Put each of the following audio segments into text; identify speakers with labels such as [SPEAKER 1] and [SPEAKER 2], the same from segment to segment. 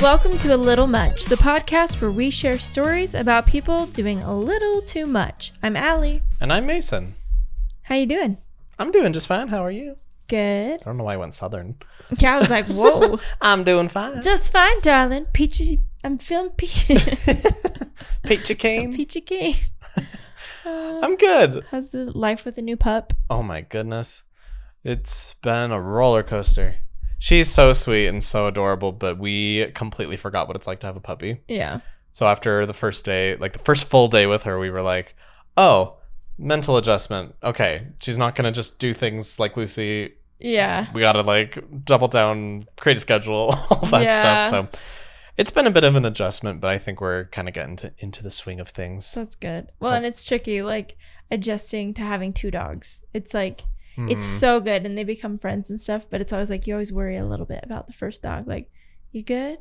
[SPEAKER 1] Welcome to A Little Much, the podcast where we share stories about people doing a little too much. I'm Allie.
[SPEAKER 2] And I'm Mason.
[SPEAKER 1] How you doing?
[SPEAKER 2] I'm doing just fine. How are you?
[SPEAKER 1] Good.
[SPEAKER 2] I don't know why I went southern.
[SPEAKER 1] Yeah, I was like, whoa.
[SPEAKER 2] I'm doing fine.
[SPEAKER 1] Just fine, darling. Peachy. I'm feeling peachy.
[SPEAKER 2] Peachy cane.
[SPEAKER 1] peachy keen.
[SPEAKER 2] I'm good.
[SPEAKER 1] How's the life with a new pup?
[SPEAKER 2] Oh my goodness. It's been a roller coaster. She's so sweet and so adorable, but we completely forgot what it's like to have a puppy.
[SPEAKER 1] Yeah.
[SPEAKER 2] So after the first day, like the first full day with her, we were like, oh, mental adjustment. Okay. She's not going to just do things like Lucy
[SPEAKER 1] Yeah.
[SPEAKER 2] we gotta like double down, create a schedule, all that
[SPEAKER 1] Yeah.
[SPEAKER 2] stuff. So it's been a bit of an adjustment, but I think we're kind of getting to, into the swing of things.
[SPEAKER 1] That's good. Well, and it's tricky, like adjusting to having two dogs. It's like Hmm. it's
[SPEAKER 2] Mhm.
[SPEAKER 1] so good and they become friends and stuff, but it's always like you always worry a little bit about the first dog. Like, you good?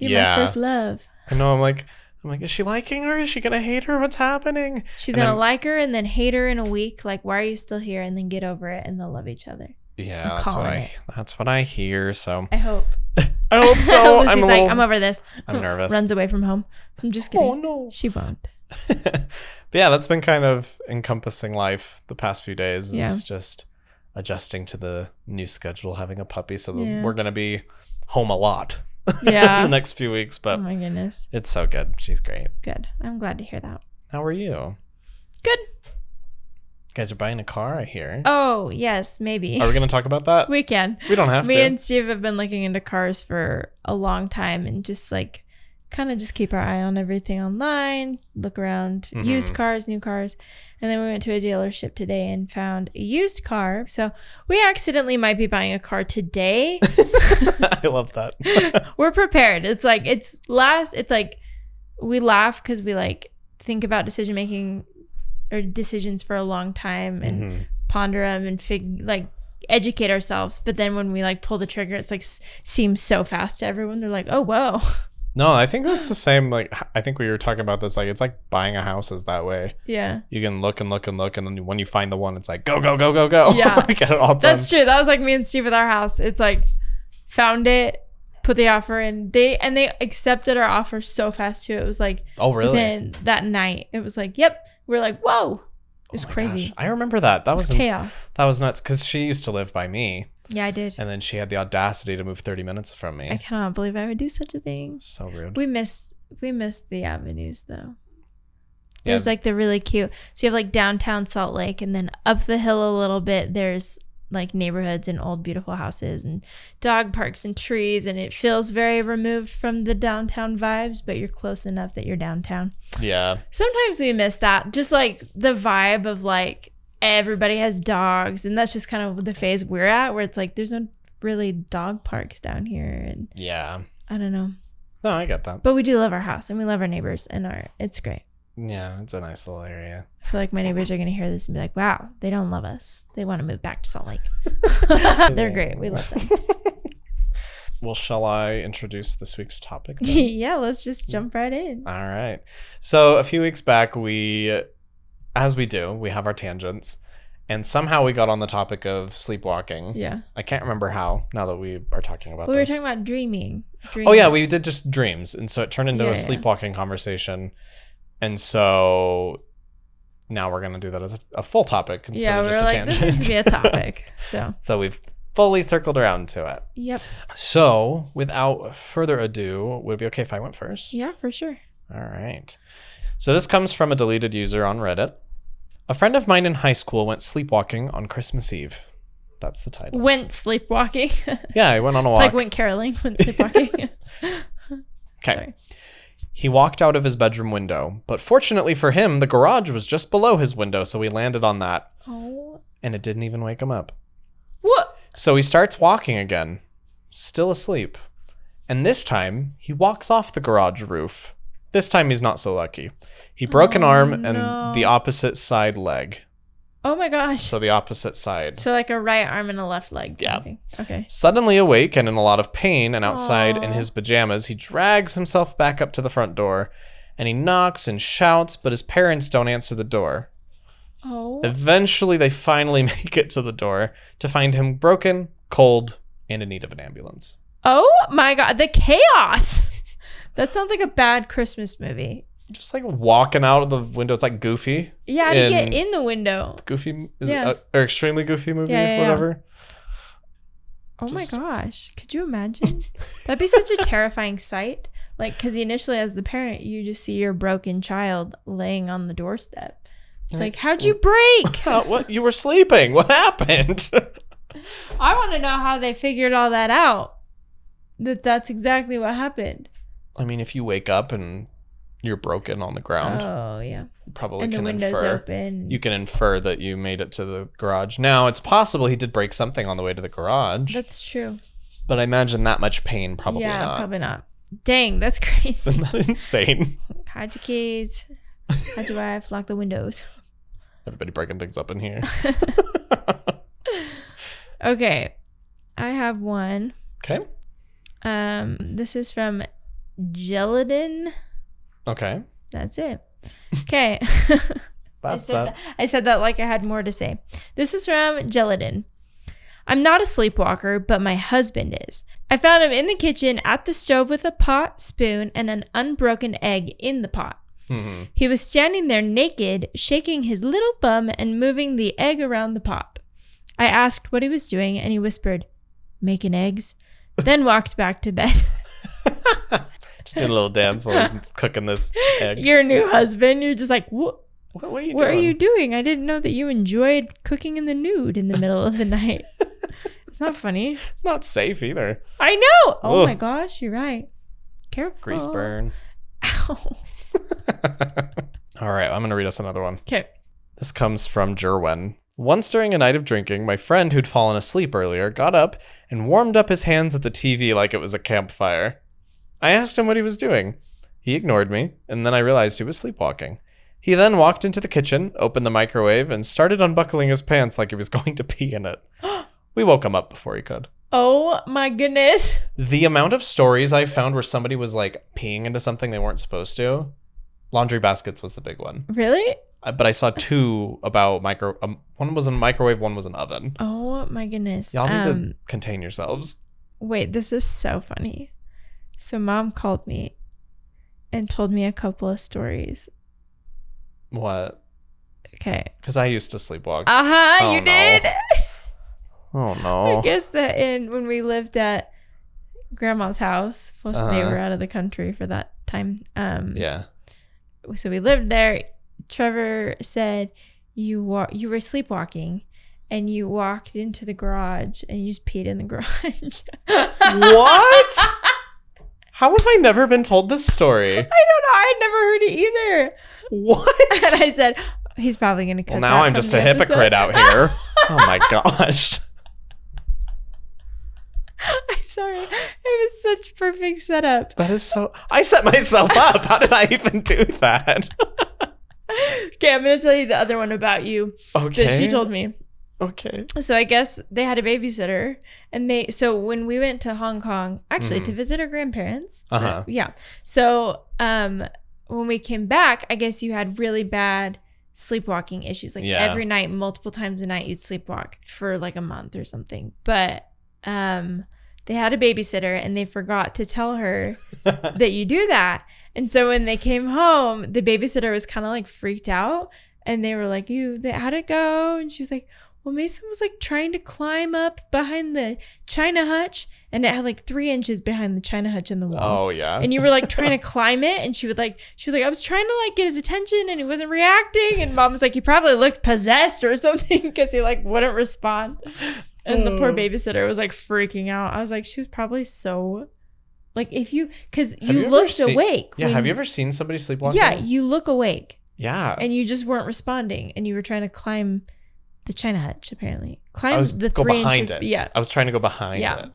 [SPEAKER 1] You're
[SPEAKER 2] Yeah.
[SPEAKER 1] my first love.
[SPEAKER 2] I know. I'm like, I'm like, is she liking her? Is she gonna hate her? What's happening?
[SPEAKER 1] She's
[SPEAKER 2] And
[SPEAKER 1] gonna
[SPEAKER 2] then-
[SPEAKER 1] like her and then hate her in a week. Like, why are you still here? And then get over it and they'll love each other.
[SPEAKER 2] Yeah,
[SPEAKER 1] I'm
[SPEAKER 2] that's what
[SPEAKER 1] calling
[SPEAKER 2] I
[SPEAKER 1] it.
[SPEAKER 2] that's what I hear. So
[SPEAKER 1] I hope.
[SPEAKER 2] I hope so.
[SPEAKER 1] Lucy's
[SPEAKER 2] I'm, a
[SPEAKER 1] like,
[SPEAKER 2] little,
[SPEAKER 1] I'm over this.
[SPEAKER 2] I'm nervous.
[SPEAKER 1] Runs away from home. I'm just kidding.
[SPEAKER 2] oh no.
[SPEAKER 1] She won't.
[SPEAKER 2] but yeah, that's been kind of encompassing life the past few days. Is
[SPEAKER 1] Yeah.
[SPEAKER 2] just adjusting to the new schedule, having a puppy. So
[SPEAKER 1] Yeah.
[SPEAKER 2] we're gonna be home a lot in the
[SPEAKER 1] Yeah.
[SPEAKER 2] next few weeks,
[SPEAKER 1] oh
[SPEAKER 2] but.
[SPEAKER 1] my goodness.
[SPEAKER 2] It's so good. She's great.
[SPEAKER 1] Good. I'm glad to hear that.
[SPEAKER 2] How are you? You
[SPEAKER 1] Good.
[SPEAKER 2] guys are buying a car, I hear.
[SPEAKER 1] Oh, yes, maybe.
[SPEAKER 2] Are we going to talk about that?
[SPEAKER 1] we can.
[SPEAKER 2] We don't have
[SPEAKER 1] Me
[SPEAKER 2] to.
[SPEAKER 1] and Steve have been looking into cars for a long time and just like kind of just keep our eye on everything online, look around used
[SPEAKER 2] Mhm.
[SPEAKER 1] cars, new cars. And then we went to a dealership today and found a used car. So we accidentally might be buying a car today.
[SPEAKER 2] I love that.
[SPEAKER 1] We're prepared. It's like, it's last, it's like we laugh because we like think about decision making or decisions for a long time and
[SPEAKER 2] Mhm.
[SPEAKER 1] ponder them and fig like educate ourselves but then when we like pull the trigger it's like s- seems so fast to everyone they're like oh whoa
[SPEAKER 2] No, I think that's the same. Like, I think we were talking about this. Like, it's like buying a house is that way.
[SPEAKER 1] yeah
[SPEAKER 2] You can look and look and look, and then when you find the one, it's like go go go go go.
[SPEAKER 1] Yeah.
[SPEAKER 2] get it all done.
[SPEAKER 1] that's true that was like me and steve at our house it's like found it put the offer in they and they accepted our offer so fast too it was like
[SPEAKER 2] oh really?
[SPEAKER 1] within that night it was like yep we're like whoa it was
[SPEAKER 2] Oh my
[SPEAKER 1] crazy
[SPEAKER 2] gosh. I remember that. That
[SPEAKER 1] it was
[SPEAKER 2] was, ins-
[SPEAKER 1] chaos
[SPEAKER 2] that was nuts because she used to live by me,
[SPEAKER 1] yeah i did
[SPEAKER 2] and then she had the audacity to move thirty minutes from me.
[SPEAKER 1] i cannot believe i would do such a thing
[SPEAKER 2] so rude.
[SPEAKER 1] we miss we miss the avenues though
[SPEAKER 2] Yeah.
[SPEAKER 1] There's like the really cute. So you have like downtown Salt Lake, and then up the hill a little bit, there's like neighborhoods and old beautiful houses and dog parks and trees, and it feels very removed from the downtown vibes, but you're close enough that you're downtown.
[SPEAKER 2] yeah.
[SPEAKER 1] Sometimes we miss that, just like the vibe of like everybody has dogs, and that's just kind of the phase we're at, where it's like there's no really dog parks down here, and
[SPEAKER 2] Yeah.
[SPEAKER 1] I don't know.
[SPEAKER 2] No, I get that.
[SPEAKER 1] But we do love our house, and we love our neighbors, and our it's great.
[SPEAKER 2] Yeah, it's a nice little area.
[SPEAKER 1] I feel like my neighbors are going to hear this and be like, wow, they don't love us. They want to move back to Salt Lake. They're great. We love them.
[SPEAKER 2] Well, shall I introduce this week's topic? then?
[SPEAKER 1] yeah, let's just jump right in.
[SPEAKER 2] All right. So, a few weeks back, we, as we do, we have our tangents, and somehow we got on the topic of sleepwalking.
[SPEAKER 1] Yeah.
[SPEAKER 2] I can't remember how now that we are talking about
[SPEAKER 1] But we were
[SPEAKER 2] this.
[SPEAKER 1] talking about dreaming.
[SPEAKER 2] oh, yeah, we
[SPEAKER 1] Dreams.
[SPEAKER 2] did just dreams. And so it turned into
[SPEAKER 1] Yeah,
[SPEAKER 2] a
[SPEAKER 1] yeah.
[SPEAKER 2] sleepwalking conversation. And so now we're going to do that as a, a full topic instead
[SPEAKER 1] Yeah,
[SPEAKER 2] of
[SPEAKER 1] we
[SPEAKER 2] just
[SPEAKER 1] were
[SPEAKER 2] a
[SPEAKER 1] like,
[SPEAKER 2] tangent.
[SPEAKER 1] this needs to be a topic. So,
[SPEAKER 2] so, we've fully circled around to it.
[SPEAKER 1] yep.
[SPEAKER 2] So, without further ado, would it be okay if I went first?
[SPEAKER 1] Yeah, for sure.
[SPEAKER 2] All right. So, this comes from a deleted user on Reddit. A friend of mine in high school went sleepwalking on Christmas Eve. That's the title.
[SPEAKER 1] Went sleepwalking. it's
[SPEAKER 2] Yeah, I went on a walk.
[SPEAKER 1] like went caroling, went sleepwalking.
[SPEAKER 2] Okay.
[SPEAKER 1] Sorry.
[SPEAKER 2] He walked out of his bedroom window, but fortunately for him, the garage was just below his window, so he landed on that,
[SPEAKER 1] Oh.
[SPEAKER 2] and it didn't even wake him up.
[SPEAKER 1] What?
[SPEAKER 2] So he starts walking again, still asleep. And this time, he walks off the garage roof. This time, he's not so lucky. He broke an
[SPEAKER 1] Oh,
[SPEAKER 2] arm and
[SPEAKER 1] no.
[SPEAKER 2] the opposite side leg.
[SPEAKER 1] Oh my gosh. So,
[SPEAKER 2] So the opposite side.
[SPEAKER 1] like a right arm and a left leg. kind
[SPEAKER 2] Yeah.
[SPEAKER 1] of thing. Okay.
[SPEAKER 2] Suddenly awake and in a lot of pain and outside in
[SPEAKER 1] Aw.
[SPEAKER 2] his pajamas, he drags himself back up to the front door and he knocks and shouts, but his parents don't answer the door.
[SPEAKER 1] Oh.
[SPEAKER 2] Eventually, they finally make it to the door to find him broken, cold, and in need of an ambulance.
[SPEAKER 1] Oh my god, the chaos. that sounds like a bad Christmas movie.
[SPEAKER 2] Just like walking out of the window. It's like goofy.
[SPEAKER 1] Yeah, how to
[SPEAKER 2] In-
[SPEAKER 1] get in the window.
[SPEAKER 2] Goofy is
[SPEAKER 1] Yeah.
[SPEAKER 2] it, uh, or extremely goofy movie,
[SPEAKER 1] Yeah, yeah, yeah.
[SPEAKER 2] whatever.
[SPEAKER 1] Oh
[SPEAKER 2] Just-
[SPEAKER 1] my gosh. Could you imagine? That'd be such a terrifying sight. Like, because initially, as the parent, you just see your broken child laying on the doorstep. It's like, how'd you break?
[SPEAKER 2] Uh, what you were sleeping. What happened?
[SPEAKER 1] I want to know how they figured all that out. That that's exactly what happened.
[SPEAKER 2] I mean, if you wake up and you're broken on the ground,
[SPEAKER 1] Oh yeah,
[SPEAKER 2] you probably
[SPEAKER 1] and the
[SPEAKER 2] Um, can
[SPEAKER 1] windows
[SPEAKER 2] infer.
[SPEAKER 1] open.
[SPEAKER 2] You can infer that you made it to the garage. Now, it's possible he did break something on the way to the garage,
[SPEAKER 1] that's true.
[SPEAKER 2] but I imagine that much pain probably
[SPEAKER 1] yeah,
[SPEAKER 2] not.
[SPEAKER 1] probably not. Dang, that's crazy.
[SPEAKER 2] Isn't that insane?
[SPEAKER 1] Hide your kids. Hide your wife. Lock the windows.
[SPEAKER 2] Everybody breaking things up in here.
[SPEAKER 1] Okay, I have one.
[SPEAKER 2] Okay.
[SPEAKER 1] Um, this is from Gelatin.
[SPEAKER 2] Okay.
[SPEAKER 1] That's it. Okay. I
[SPEAKER 2] That's
[SPEAKER 1] said, that,
[SPEAKER 2] that.
[SPEAKER 1] I said that like I had more to say. This is from Gelatin. I'm not a sleepwalker, but my husband is. I found him in the kitchen at the stove with a pot, spoon, and an unbroken egg in the pot.
[SPEAKER 2] Mhm.
[SPEAKER 1] He was standing there naked, shaking his little bum and moving the egg around the pot. I asked what he was doing, and he whispered, Making eggs, then walked back to bed.
[SPEAKER 2] Just doing a little dance while he's cooking this egg.
[SPEAKER 1] Your new husband, you're just like, What?
[SPEAKER 2] what, what are you
[SPEAKER 1] What are
[SPEAKER 2] doing?
[SPEAKER 1] you doing? I didn't know that you enjoyed cooking in the nude in the middle of the night. it's not funny.
[SPEAKER 2] It's not safe either.
[SPEAKER 1] I know. Oh my
[SPEAKER 2] Ugh.
[SPEAKER 1] gosh, you're right. Careful.
[SPEAKER 2] Grease burn.
[SPEAKER 1] Ow.
[SPEAKER 2] All right, I'm going to read us another one.
[SPEAKER 1] Okay.
[SPEAKER 2] This comes from Jerwin. Once during a night of drinking, my friend who'd fallen asleep earlier got up and warmed up his hands at the TV like it was a campfire. I asked him what he was doing. He ignored me, and then I realized he was sleepwalking. He then walked into the kitchen, opened the microwave, and started unbuckling his pants like he was going to pee in it. we woke him up before he could.
[SPEAKER 1] Oh my goodness.
[SPEAKER 2] The amount of stories I found where somebody was like peeing into something they weren't supposed to, laundry baskets was the big one.
[SPEAKER 1] Really?
[SPEAKER 2] Uh, but I saw two about micro. Um, one was in a microwave, one was an oven.
[SPEAKER 1] Oh my goodness.
[SPEAKER 2] Y'all need
[SPEAKER 1] um,
[SPEAKER 2] to contain yourselves.
[SPEAKER 1] Wait, this is so funny. So mom called me and told me a couple of stories.
[SPEAKER 2] What?
[SPEAKER 1] Okay.
[SPEAKER 2] Because I used to sleepwalk.
[SPEAKER 1] Uh-huh,
[SPEAKER 2] Oh,
[SPEAKER 1] you
[SPEAKER 2] no.
[SPEAKER 1] did.
[SPEAKER 2] oh
[SPEAKER 1] I
[SPEAKER 2] no!
[SPEAKER 1] guess that in when we lived at grandma's house, most they
[SPEAKER 2] Uh-huh.
[SPEAKER 1] were out of the country for that time. Um
[SPEAKER 2] Yeah.
[SPEAKER 1] so we lived there. Trevor said you wa- you were sleepwalking and you walked into the garage and you just peed in the garage.
[SPEAKER 2] what? How have I never been told this story?
[SPEAKER 1] I don't know. I had never heard it either.
[SPEAKER 2] What?
[SPEAKER 1] And I said, he's probably going to cut
[SPEAKER 2] Well, now
[SPEAKER 1] that
[SPEAKER 2] I'm
[SPEAKER 1] from
[SPEAKER 2] just
[SPEAKER 1] the
[SPEAKER 2] a hypocrite
[SPEAKER 1] episode."
[SPEAKER 2] out here. oh my gosh!
[SPEAKER 1] I'm sorry. It was such perfect setup.
[SPEAKER 2] That is so. I set myself up. How did I even do that?
[SPEAKER 1] Okay, I'm going to tell you the other one about you
[SPEAKER 2] Okay.
[SPEAKER 1] that she told me.
[SPEAKER 2] Okay.
[SPEAKER 1] So I guess they had a babysitter, and they so when we went to Hong Kong, actually to visit her grandparents.
[SPEAKER 2] Mm-hmm. Uh-huh.
[SPEAKER 1] Yeah. So um, when we came back, I guess you had really bad sleepwalking issues. Like
[SPEAKER 2] Yeah.
[SPEAKER 1] every night, multiple times a night, you'd sleepwalk for like a month or something. But um, they had a babysitter, and they forgot to tell her that you do that. And so when they came home, the babysitter was kind of like freaked out and they were like, You, they, how'd it go? And she was like, Well, Mason was like trying to climb up behind the china hutch and it had like three inches behind the china hutch in the wall.
[SPEAKER 2] oh yeah.
[SPEAKER 1] And you were like trying to climb it, and she would like, she was like, I was trying to like get his attention, and he wasn't reacting. And mom was like, he probably looked possessed or something because he like wouldn't respond. And the poor
[SPEAKER 2] Oh.
[SPEAKER 1] babysitter was like freaking out. I was like, she was probably so, like, if you, because
[SPEAKER 2] Have
[SPEAKER 1] you,
[SPEAKER 2] you ever
[SPEAKER 1] looked
[SPEAKER 2] seen-
[SPEAKER 1] awake.
[SPEAKER 2] yeah.
[SPEAKER 1] when-
[SPEAKER 2] Have you ever Oh. seen somebody sleepwalking?
[SPEAKER 1] Yeah, you look awake,
[SPEAKER 2] Yeah.
[SPEAKER 1] and you just weren't responding, and you were trying to climb the china hutch. Apparently,
[SPEAKER 2] I
[SPEAKER 1] climb
[SPEAKER 2] was-
[SPEAKER 1] the
[SPEAKER 2] go
[SPEAKER 1] three
[SPEAKER 2] behind
[SPEAKER 1] inches.
[SPEAKER 2] it.
[SPEAKER 1] Yeah,
[SPEAKER 2] I was trying to go behind
[SPEAKER 1] Yeah.
[SPEAKER 2] it.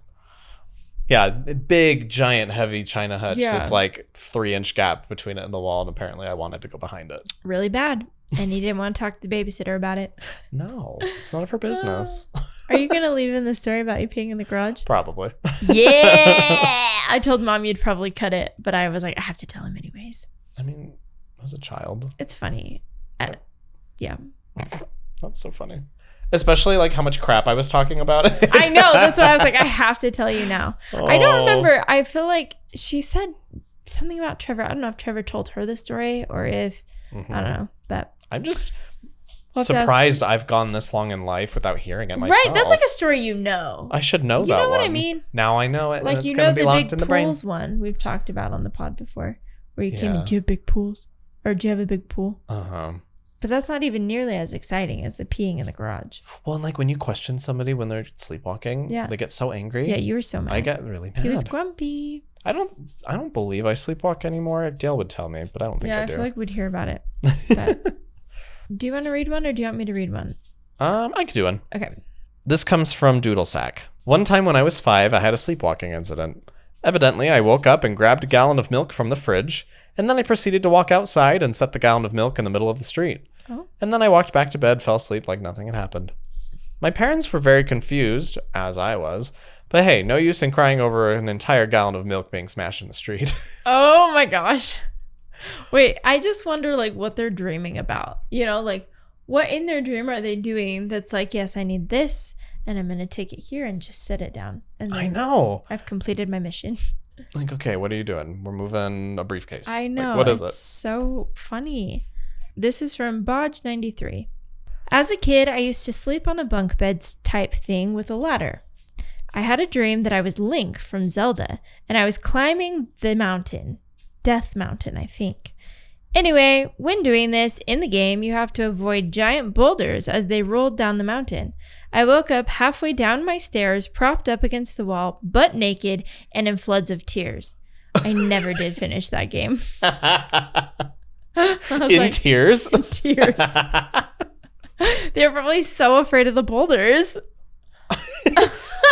[SPEAKER 2] Yeah, b- big, giant, heavy china hutch
[SPEAKER 1] Yeah.
[SPEAKER 2] that's like three inch gap between it and the wall, and apparently I wanted to go behind it.
[SPEAKER 1] really bad. and he didn't want to talk to the babysitter about it.
[SPEAKER 2] No, it's none of her business.
[SPEAKER 1] Are you gonna leave in the story about you peeing in the garage?
[SPEAKER 2] Probably.
[SPEAKER 1] Yeah. I told mom you'd probably cut it, but I was like, I have to tell him anyways.
[SPEAKER 2] I mean, I was a child.
[SPEAKER 1] It's funny. Uh, yeah.
[SPEAKER 2] That's so funny. Especially like how much crap I was talking about.
[SPEAKER 1] I know. That's why I was like, I have to tell you now. I
[SPEAKER 2] Oh.
[SPEAKER 1] don't remember. I feel like she said something about Trevor. I don't know if Trevor told her the story or if I
[SPEAKER 2] Mm.
[SPEAKER 1] don't know, but
[SPEAKER 2] am Mm-hmm. just
[SPEAKER 1] We'll have to ask
[SPEAKER 2] surprised I've gone this long in life without hearing it myself.
[SPEAKER 1] right. That's like a story you know.
[SPEAKER 2] I should know
[SPEAKER 1] You
[SPEAKER 2] that
[SPEAKER 1] know what I
[SPEAKER 2] one.
[SPEAKER 1] mean?
[SPEAKER 2] Now I know it. and
[SPEAKER 1] like
[SPEAKER 2] it's
[SPEAKER 1] you
[SPEAKER 2] gonna
[SPEAKER 1] know
[SPEAKER 2] be
[SPEAKER 1] the
[SPEAKER 2] locked
[SPEAKER 1] big
[SPEAKER 2] in the brain.
[SPEAKER 1] pools one we've talked about on the pod before, where you came
[SPEAKER 2] Yeah.
[SPEAKER 1] in. Do you have big pools, or do you have a big pool?
[SPEAKER 2] Uh huh.
[SPEAKER 1] But that's not even nearly as exciting as the peeing in the garage.
[SPEAKER 2] Well, and like when you question somebody when they're sleepwalking,
[SPEAKER 1] Yeah.
[SPEAKER 2] they get so angry.
[SPEAKER 1] Yeah, you were so mad.
[SPEAKER 2] I get really mad.
[SPEAKER 1] He was grumpy.
[SPEAKER 2] I don't. I don't believe I sleepwalk anymore. Dale would tell me, but I don't think
[SPEAKER 1] Yeah, I,
[SPEAKER 2] I do.
[SPEAKER 1] feel like we'd hear about it. But do you want to read one, or do you want me to read one?
[SPEAKER 2] um, I could do one.
[SPEAKER 1] Okay.
[SPEAKER 2] This comes from Doodlesack. One time when I was five, I had a sleepwalking incident. Evidently, I woke up and grabbed a gallon of milk from the fridge, and then I proceeded to walk outside and set the gallon of milk in the middle of the street.
[SPEAKER 1] Oh.
[SPEAKER 2] And then I walked back to bed, fell asleep like nothing had happened. My parents were very confused, as I was, but hey, no use in crying over an entire gallon of milk being smashed in the street.
[SPEAKER 1] Oh my gosh. Wait, I just wonder like what they're dreaming about. You know, like what in their dream are they doing that's like, yes, I need this and I'm gonna take it here and just set it down. And
[SPEAKER 2] I
[SPEAKER 1] then
[SPEAKER 2] know.
[SPEAKER 1] I've completed my mission.
[SPEAKER 2] Like, okay, what are you doing? We're moving a briefcase.
[SPEAKER 1] I
[SPEAKER 2] Like,
[SPEAKER 1] know.
[SPEAKER 2] what is
[SPEAKER 1] it's
[SPEAKER 2] it?
[SPEAKER 1] so funny. This is from Bodge93. As a kid, I used to sleep on a bunk bed type thing with a ladder. I had a dream that I was Link from Zelda and I was climbing the mountain, Death Mountain, I think. Anyway, when doing this in the game, you have to avoid giant boulders as they rolled down the mountain. I woke up halfway down my stairs, propped up against the wall, butt naked, and in floods of tears. I never did finish that game. I was
[SPEAKER 2] In
[SPEAKER 1] like,
[SPEAKER 2] tears?
[SPEAKER 1] tears. They're probably so afraid of the boulders.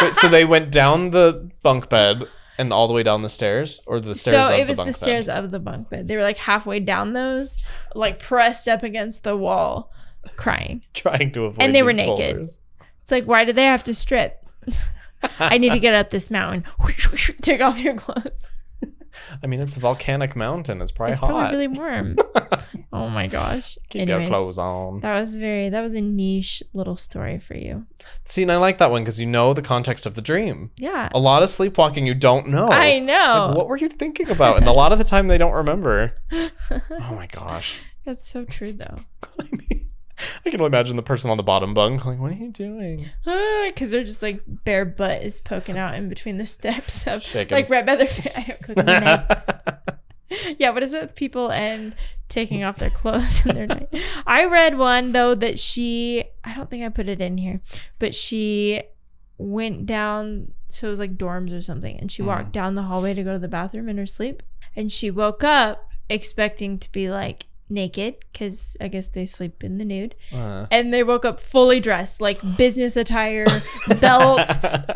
[SPEAKER 2] Wait, so they went down the bunk bed and all the way down the stairs, or the stairs
[SPEAKER 1] so
[SPEAKER 2] of
[SPEAKER 1] it was
[SPEAKER 2] the
[SPEAKER 1] the,
[SPEAKER 2] bunk bed.
[SPEAKER 1] stairs of the bunk bed. They were like halfway down those, like pressed up against the wall, crying.
[SPEAKER 2] trying to avoid.
[SPEAKER 1] And they were
[SPEAKER 2] these
[SPEAKER 1] naked.
[SPEAKER 2] boulders.
[SPEAKER 1] It's like, why do they have to strip? I need to get up this mountain. Take off your clothes.
[SPEAKER 2] I mean, it's a volcanic mountain. It's probably
[SPEAKER 1] It's
[SPEAKER 2] hot.
[SPEAKER 1] probably really warm. oh my gosh.
[SPEAKER 2] Keep
[SPEAKER 1] Anyways,
[SPEAKER 2] your clothes on.
[SPEAKER 1] that was very that was a niche little story for you.
[SPEAKER 2] See, and I like that one because you know the context of the dream.
[SPEAKER 1] Yeah.
[SPEAKER 2] A lot of sleepwalking you don't know.
[SPEAKER 1] I know.
[SPEAKER 2] Oh. Like, what were you thinking about? And a lot of the time they don't remember. Oh my gosh.
[SPEAKER 1] That's so true though.
[SPEAKER 2] I mean, I can imagine the person on the bottom bunk like, "What are you doing?"
[SPEAKER 1] because Ah, they're just like bare butt is poking out in between the steps of
[SPEAKER 2] Shaking.
[SPEAKER 1] like right by their face. I don't cooking their night. Yeah, what is it? with People and taking off their clothes in their night. I read one though that she I don't think I put it in here, but she went down so it was like dorms or something, and she walked down the hallway to go to the bathroom in her sleep, and she woke up expecting to be like naked because I guess they sleep in the nude
[SPEAKER 2] Uh.
[SPEAKER 1] and they woke up fully dressed, like business attire, belt,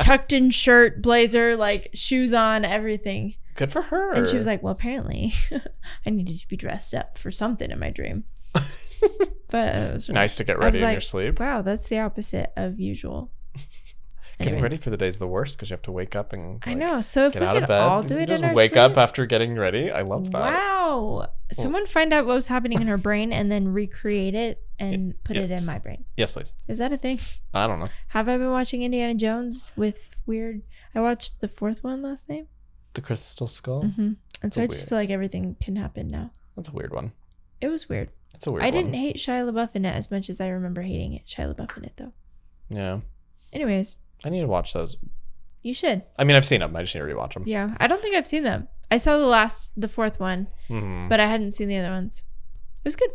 [SPEAKER 1] tucked in shirt, blazer, like shoes on, everything.
[SPEAKER 2] Good for her.
[SPEAKER 1] And she was like, "Well, apparently, I needed to be dressed up for something in my dream." but it was
[SPEAKER 2] "Nice to get
[SPEAKER 1] I
[SPEAKER 2] ready
[SPEAKER 1] was
[SPEAKER 2] in
[SPEAKER 1] like,
[SPEAKER 2] your sleep."
[SPEAKER 1] Wow, that's the opposite of usual.
[SPEAKER 2] Getting
[SPEAKER 1] Anyway.
[SPEAKER 2] ready for the day is the worst because you have to wake up and
[SPEAKER 1] I
[SPEAKER 2] like,
[SPEAKER 1] know. So if
[SPEAKER 2] get
[SPEAKER 1] we
[SPEAKER 2] out
[SPEAKER 1] could
[SPEAKER 2] of bed.
[SPEAKER 1] all
[SPEAKER 2] You
[SPEAKER 1] do
[SPEAKER 2] can
[SPEAKER 1] it
[SPEAKER 2] just
[SPEAKER 1] in our
[SPEAKER 2] wake
[SPEAKER 1] sleep,
[SPEAKER 2] up after getting ready. I love that.
[SPEAKER 1] Wow! Someone find out what was happening in her brain and then recreate it and put
[SPEAKER 2] yeah.
[SPEAKER 1] it in my brain.
[SPEAKER 2] Yes, please.
[SPEAKER 1] Is that a thing?
[SPEAKER 2] I don't know.
[SPEAKER 1] Have I been watching Indiana Jones with weird? I watched the fourth one last night,
[SPEAKER 2] The crystal skull.
[SPEAKER 1] mm-hmm. and so
[SPEAKER 2] So
[SPEAKER 1] I just
[SPEAKER 2] weird.
[SPEAKER 1] feel like everything can happen now.
[SPEAKER 2] That's a weird one.
[SPEAKER 1] It was weird.
[SPEAKER 2] It's a weird
[SPEAKER 1] I
[SPEAKER 2] one.
[SPEAKER 1] didn't hate Shia LaBeouf in it as much as I remember hating it. Shia LaBeouf in it though.
[SPEAKER 2] Yeah.
[SPEAKER 1] Anyways,
[SPEAKER 2] I need to watch those.
[SPEAKER 1] you should.
[SPEAKER 2] I mean, I've seen them. I just need to rewatch them.
[SPEAKER 1] Yeah, I don't think I've seen them. I saw the last, the fourth one,
[SPEAKER 2] Mhm.
[SPEAKER 1] but I hadn't seen the other ones. It was good,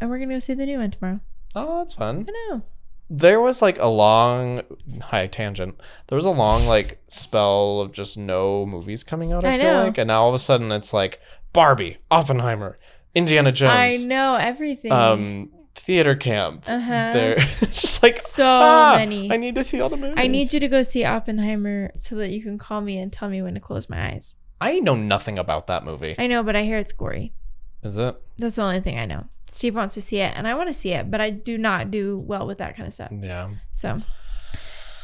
[SPEAKER 1] and we're gonna go see the new one tomorrow.
[SPEAKER 2] Oh, that's fun.
[SPEAKER 1] I know.
[SPEAKER 2] There was like a long, high tangent. There was a long like spell of just no movies coming out. I,
[SPEAKER 1] I
[SPEAKER 2] feel
[SPEAKER 1] know.
[SPEAKER 2] like, and now all of a sudden it's like Barbie, Oppenheimer, Indiana Jones,
[SPEAKER 1] I know everything.
[SPEAKER 2] um, theater camp.
[SPEAKER 1] uh huh.
[SPEAKER 2] There, it's just like
[SPEAKER 1] so
[SPEAKER 2] ah,
[SPEAKER 1] many.
[SPEAKER 2] I need to see all the movies.
[SPEAKER 1] I need you to go see Oppenheimer so that you can call me and tell me when to close my eyes.
[SPEAKER 2] I know nothing about that movie.
[SPEAKER 1] I know, but I hear it's gory.
[SPEAKER 2] Is it?
[SPEAKER 1] That's the only thing I know. Steve wants to see it, and I want to see it, but I do not do well with that kind of stuff.
[SPEAKER 2] Yeah.
[SPEAKER 1] So,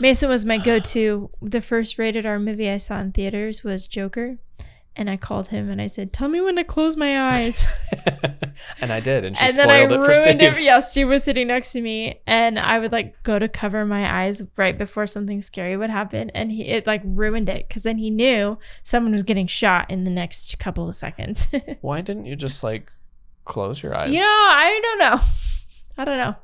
[SPEAKER 1] Mason was my go-to. The first rated R movie I saw in theaters was Joker, and I called him and I said, "Tell me when to close my eyes."
[SPEAKER 2] and I did, and she
[SPEAKER 1] and
[SPEAKER 2] spoiled
[SPEAKER 1] then I
[SPEAKER 2] it for Steve.
[SPEAKER 1] ruined it. Yeah, Steve was sitting next to me, and I would like go to cover my eyes right before something scary would happen, and he it like ruined it because then he knew someone was getting shot in the next couple of seconds.
[SPEAKER 2] Why didn't you just like close your eyes?
[SPEAKER 1] Yeah, I don't know. I don't know.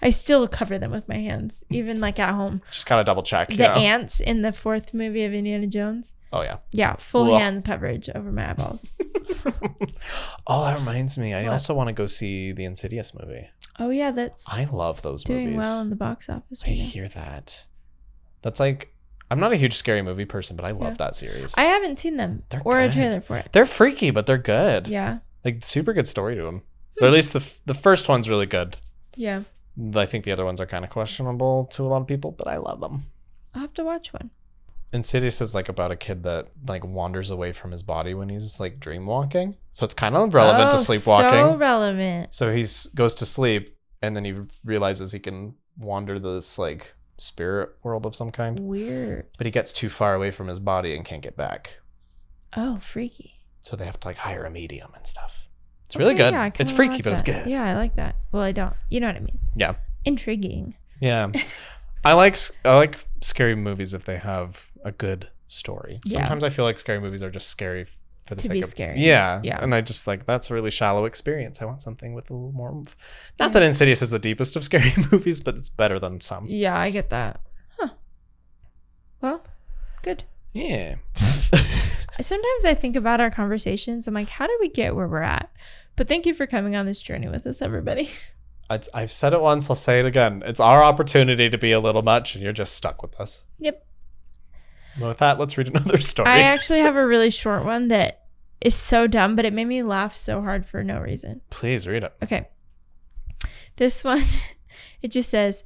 [SPEAKER 1] I still cover them with my hands, even like at home.
[SPEAKER 2] Just kind of double check.
[SPEAKER 1] The
[SPEAKER 2] you know?
[SPEAKER 1] ants in the fourth movie of Indiana Jones.
[SPEAKER 2] oh yeah.
[SPEAKER 1] Yeah, full
[SPEAKER 2] Ugh.
[SPEAKER 1] hand coverage over my eyeballs.
[SPEAKER 2] Oh, that reminds me. I
[SPEAKER 1] What?
[SPEAKER 2] also want to go see the Insidious movie.
[SPEAKER 1] oh yeah, that's
[SPEAKER 2] I love those
[SPEAKER 1] doing
[SPEAKER 2] movies.
[SPEAKER 1] well in the box office
[SPEAKER 2] I
[SPEAKER 1] right now.
[SPEAKER 2] hear that. That's like I'm not a huge scary movie person, but I love
[SPEAKER 1] Yeah.
[SPEAKER 2] that series.
[SPEAKER 1] I haven't seen them
[SPEAKER 2] They're
[SPEAKER 1] or a
[SPEAKER 2] good.
[SPEAKER 1] trailer for it.
[SPEAKER 2] they're freaky, but they're good.
[SPEAKER 1] Yeah, Hmm.
[SPEAKER 2] Like super good story to them. Or at least the f- the first one's really good.
[SPEAKER 1] yeah.
[SPEAKER 2] I think the other ones are kind of questionable to a lot of people, but I love them.
[SPEAKER 1] I'll have to watch one.
[SPEAKER 2] Insidious is like about a kid that like wanders away from his body when he's like dream walking. So it's kind of relevant to
[SPEAKER 1] Oh, So
[SPEAKER 2] sleepwalking.
[SPEAKER 1] relevant.
[SPEAKER 2] So, he's goes to sleep and then he realizes he can wander this like spirit world of some kind.
[SPEAKER 1] Weird.
[SPEAKER 2] But he gets too far away from his body and can't get back.
[SPEAKER 1] Oh, freaky.
[SPEAKER 2] So they have to like hire a medium and stuff. It's really
[SPEAKER 1] Okay,
[SPEAKER 2] good.
[SPEAKER 1] yeah, I
[SPEAKER 2] it's
[SPEAKER 1] kinda
[SPEAKER 2] freaky,
[SPEAKER 1] watch
[SPEAKER 2] but it's
[SPEAKER 1] that.
[SPEAKER 2] good.
[SPEAKER 1] Yeah, I like that. Well, I don't. You know what I mean?
[SPEAKER 2] Yeah.
[SPEAKER 1] Intriguing.
[SPEAKER 2] Yeah. I like s- I like scary movies if they have a good story.
[SPEAKER 1] Yeah.
[SPEAKER 2] Sometimes I feel like scary movies are just scary f- for the
[SPEAKER 1] To
[SPEAKER 2] sake
[SPEAKER 1] be
[SPEAKER 2] of
[SPEAKER 1] scary.
[SPEAKER 2] Yeah.
[SPEAKER 1] Yeah.
[SPEAKER 2] And I just like that's a really shallow experience. I want something with a little more. oomph. Not
[SPEAKER 1] Yeah.
[SPEAKER 2] that Insidious is the deepest of scary movies, but it's better than some.
[SPEAKER 1] Yeah, I get that. Huh. Well, good.
[SPEAKER 2] Yeah.
[SPEAKER 1] Sometimes I think about our conversations. I'm like, how did we get where we're at? But thank you for coming on this journey with us, everybody.
[SPEAKER 2] It's, I've said it once. I'll say it again. It's our opportunity to be a little much, and you're just stuck with us.
[SPEAKER 1] Yep.
[SPEAKER 2] Well, with that, let's read another story.
[SPEAKER 1] I actually have a really short one that is so dumb, but it made me laugh so hard for no reason.
[SPEAKER 2] Please read it.
[SPEAKER 1] Okay. This one, it just says,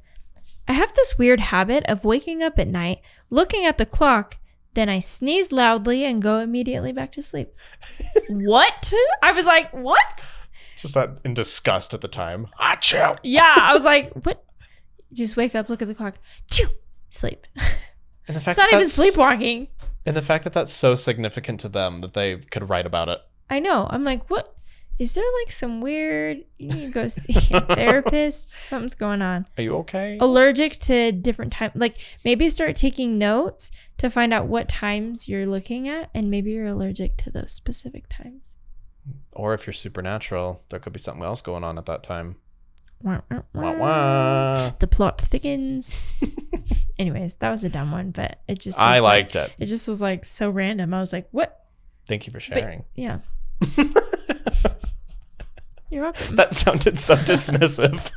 [SPEAKER 1] I have this weird habit of waking up at night, looking at the clock, then I sneeze loudly and go immediately back to sleep. what? I was like, what?
[SPEAKER 2] Just that in disgust at the time. Achoo!
[SPEAKER 1] Yeah, I was like, what? Just wake up, look at the clock, chew, sleep.
[SPEAKER 2] And the
[SPEAKER 1] It's
[SPEAKER 2] fact
[SPEAKER 1] not
[SPEAKER 2] that
[SPEAKER 1] even
[SPEAKER 2] that's-
[SPEAKER 1] sleepwalking.
[SPEAKER 2] And the fact that that's so significant to them that they could write about it.
[SPEAKER 1] I know. I'm like, what? Is there like some weird? You need to go see a therapist. Something's going on.
[SPEAKER 2] Are you okay?
[SPEAKER 1] allergic to different time like maybe start taking notes to find out what times you're looking at and maybe you're allergic to those specific times
[SPEAKER 2] Or if you're supernatural, there could be something else going on at that time.
[SPEAKER 1] Wah, wah,
[SPEAKER 2] Wah,
[SPEAKER 1] wah.
[SPEAKER 2] wah.
[SPEAKER 1] the plot thickens anyways that was a dumb one but it just
[SPEAKER 2] I
[SPEAKER 1] was,
[SPEAKER 2] liked it.
[SPEAKER 1] it just was like so random i was like what
[SPEAKER 2] Thank you for sharing.
[SPEAKER 1] yeah you're welcome
[SPEAKER 2] That sounded so dismissive.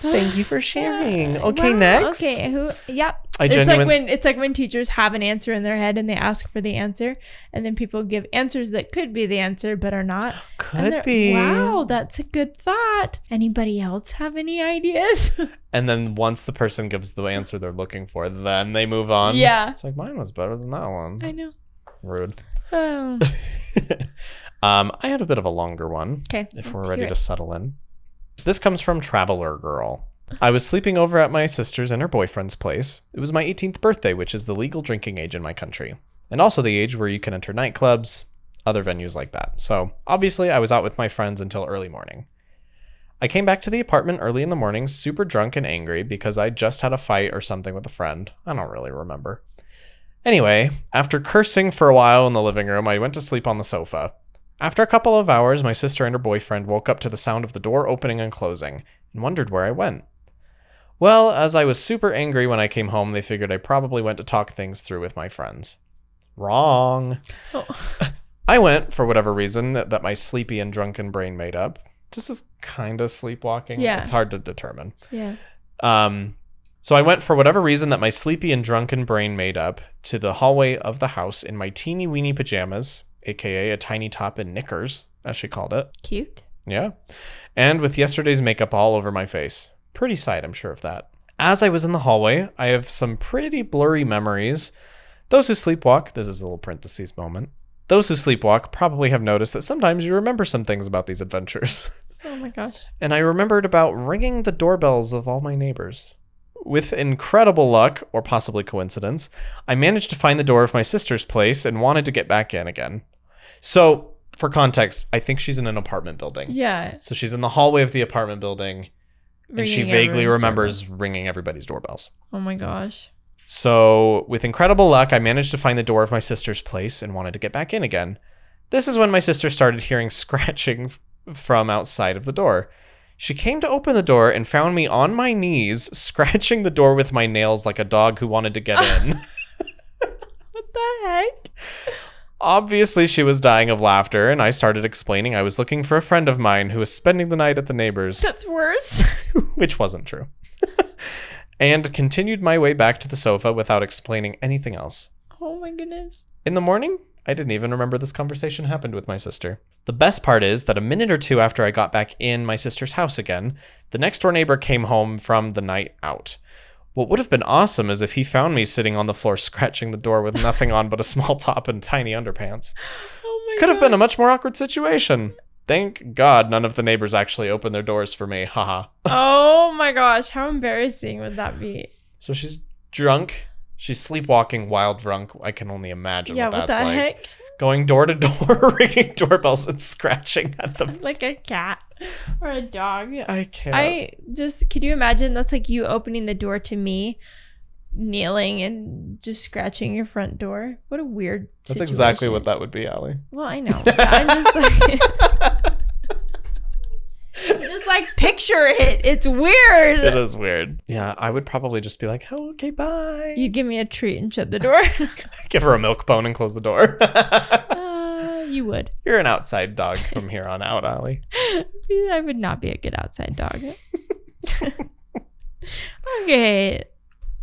[SPEAKER 2] Thank you for sharing. Okay,
[SPEAKER 1] Wow,
[SPEAKER 2] next.
[SPEAKER 1] okay who yeah
[SPEAKER 2] I
[SPEAKER 1] it's like
[SPEAKER 2] genuine-
[SPEAKER 1] when it's like when teachers have an answer in their head and they ask for the answer and then people give answers that could be the answer but are not And
[SPEAKER 2] Could
[SPEAKER 1] they're-
[SPEAKER 2] be.
[SPEAKER 1] Wow, that's a good thought. Anybody else have any ideas?
[SPEAKER 2] And then once the person gives the answer they're looking for, then they move on.
[SPEAKER 1] Yeah.
[SPEAKER 2] It's like mine was better than that one.
[SPEAKER 1] I know.
[SPEAKER 2] Rude.
[SPEAKER 1] Oh,
[SPEAKER 2] um, I have a bit of a longer one.
[SPEAKER 1] okay.
[SPEAKER 2] if we're ready to settle in. This comes from Traveler Girl. I was sleeping over at my sister's and her boyfriend's place. It was my 18th birthday, which is the legal drinking age in my country, and also the age where you can enter nightclubs, other venues like that. So, obviously, I was out with my friends until early morning. I came back to the apartment early in the morning, super drunk and angry because I just had a fight or something with a friend. I don't really remember. Anyway, after cursing for a while in the living room, I went to sleep on the sofa. After a couple of hours, my sister and her boyfriend woke up to the sound of the door opening and closing and wondered where I went. Well, as I was super angry when I came home, they figured I probably went to talk things through with my friends. Wrong.
[SPEAKER 1] Oh.
[SPEAKER 2] I went, for whatever reason that, that my sleepy and drunken brain made up. This is kind of sleepwalking.
[SPEAKER 1] Yeah.
[SPEAKER 2] It's hard to determine.
[SPEAKER 1] Yeah.
[SPEAKER 2] Um, so I went for whatever reason that my sleepy and drunken brain made up to the hallway of the house in my teeny weeny pajamas, aka a tiny top and knickers, as she called it.
[SPEAKER 1] Cute.
[SPEAKER 2] Yeah. And with yesterday's makeup all over my face. Pretty sight, I'm sure of that. As I was in the hallway, I have some pretty blurry memories. Those who sleepwalk, this is a little parentheses moment, Those who sleepwalk probably have noticed that sometimes you remember some things about these adventures.
[SPEAKER 1] Oh my gosh.
[SPEAKER 2] and I remembered about ringing the doorbells of all my neighbors. With incredible luck, or possibly coincidence, I managed to find the door of my sister's place and wanted to get back in again. So, for context, I think she's in an apartment building.
[SPEAKER 1] Yeah.
[SPEAKER 2] So she's in the hallway of the apartment building, and she
[SPEAKER 1] ringing
[SPEAKER 2] vaguely
[SPEAKER 1] everyone's
[SPEAKER 2] remembers ringing everybody's doorbells.
[SPEAKER 1] doorbell. Oh my gosh.
[SPEAKER 2] So, with incredible luck, I managed to find the door of my sister's place and wanted to get back in again. This is when my sister started hearing scratching f- from outside of the door. She came to open the door and found me on my knees, scratching the door with my nails like a dog who wanted to get in.
[SPEAKER 1] What the heck?
[SPEAKER 2] Obviously, she was dying of laughter, and I started explaining I was looking for a friend of mine who was spending the night at the neighbor's.
[SPEAKER 1] That's worse.
[SPEAKER 2] which wasn't true, and continued my way back to the sofa without explaining anything else.
[SPEAKER 1] oh my goodness.
[SPEAKER 2] In the morning, I didn't even remember this conversation happened with my sister. The best part is that a minute or two after I got back in my sister's house again, the next door neighbor came home from the night out. What would have been awesome is if he found me sitting on the floor scratching the door with nothing on but a small top and tiny underpants.
[SPEAKER 1] Oh my
[SPEAKER 2] Could have been a much more awkward situation. Thank God none of the neighbors actually opened their doors for me. Haha.
[SPEAKER 1] Oh my gosh. How embarrassing would that be?
[SPEAKER 2] So she's drunk. She's sleepwalking while drunk. I can only imagine
[SPEAKER 1] yeah,
[SPEAKER 2] what
[SPEAKER 1] what
[SPEAKER 2] that's
[SPEAKER 1] the
[SPEAKER 2] like.
[SPEAKER 1] heck?
[SPEAKER 2] Going door to door, ringing doorbells and scratching at them.
[SPEAKER 1] Like a cat or a dog.
[SPEAKER 2] I can't.
[SPEAKER 1] I just could you imagine that's like you opening the door to me, kneeling and just scratching your front door? What a weird
[SPEAKER 2] that's exactly
[SPEAKER 1] situation.
[SPEAKER 2] what that would be, Allie.
[SPEAKER 1] Well, I know. but I'm just like just like picture it. It's weird.
[SPEAKER 2] It is weird. Yeah, I would probably just be like, oh, okay, bye.
[SPEAKER 1] You'd give me a treat and shut the door.
[SPEAKER 2] Give her a milk bone and close the door.
[SPEAKER 1] uh, you would.
[SPEAKER 2] You're an outside dog from here on out, Allie.
[SPEAKER 1] I would not be a good outside dog. okay.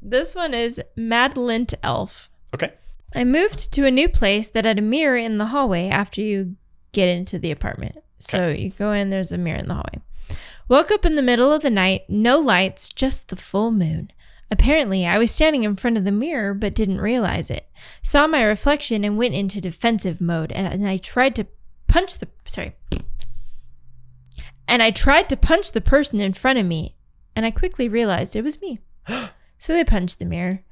[SPEAKER 1] This one is Mad Lint Elf.
[SPEAKER 2] Okay.
[SPEAKER 1] I moved to a new place that had a mirror in the hallway after you get into the apartment. So you go in, there's a mirror in the hallway. Woke up in the middle of the night, no lights, just the full moon. Apparently, I was standing in front of the mirror but didn't realize it. Saw my reflection and went into defensive mode, and, and I tried to punch the sorry. And I tried to punch the person in front of me, and I quickly realized it was me. so they punched the mirror.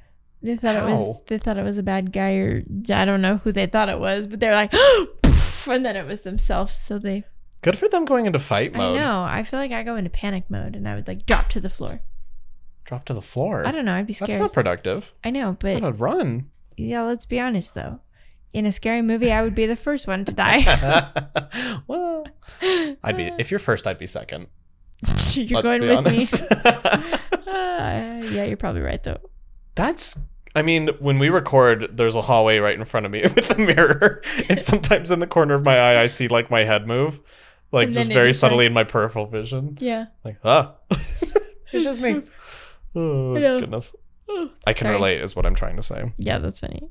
[SPEAKER 1] They thought it was
[SPEAKER 2] How?
[SPEAKER 1] they thought it was a bad guy or I don't know who they thought it was, but they're like, poof, and then it was themselves. So they
[SPEAKER 2] Good for them going into fight mode.
[SPEAKER 1] I know. I feel like I go into panic mode and I would like drop to the floor.
[SPEAKER 2] Drop to the floor.
[SPEAKER 1] I don't know. I'd be
[SPEAKER 2] That's
[SPEAKER 1] scared.
[SPEAKER 2] not productive.
[SPEAKER 1] I know,
[SPEAKER 2] I
[SPEAKER 1] but
[SPEAKER 2] gotta run.
[SPEAKER 1] yeah, let's be honest though. In a scary movie, I would be the first one to die.
[SPEAKER 2] well, I'd be if you're first, I'd be second.
[SPEAKER 1] you're
[SPEAKER 2] let's
[SPEAKER 1] going
[SPEAKER 2] be
[SPEAKER 1] with me.
[SPEAKER 2] honest.
[SPEAKER 1] Uh, yeah, you're probably right though.
[SPEAKER 2] That's. I mean, when we record, there's a hallway right in front of me with a mirror, and sometimes in the corner of my eye, I see like my head move, like
[SPEAKER 1] And
[SPEAKER 2] just
[SPEAKER 1] then
[SPEAKER 2] very
[SPEAKER 1] it's
[SPEAKER 2] subtly in my peripheral vision.
[SPEAKER 1] Yeah.
[SPEAKER 2] Like, ah, it's just me. Oh
[SPEAKER 1] Yeah.
[SPEAKER 2] goodness, I can
[SPEAKER 1] Sorry.
[SPEAKER 2] relate, is what I'm trying to say.
[SPEAKER 1] Yeah, that's funny.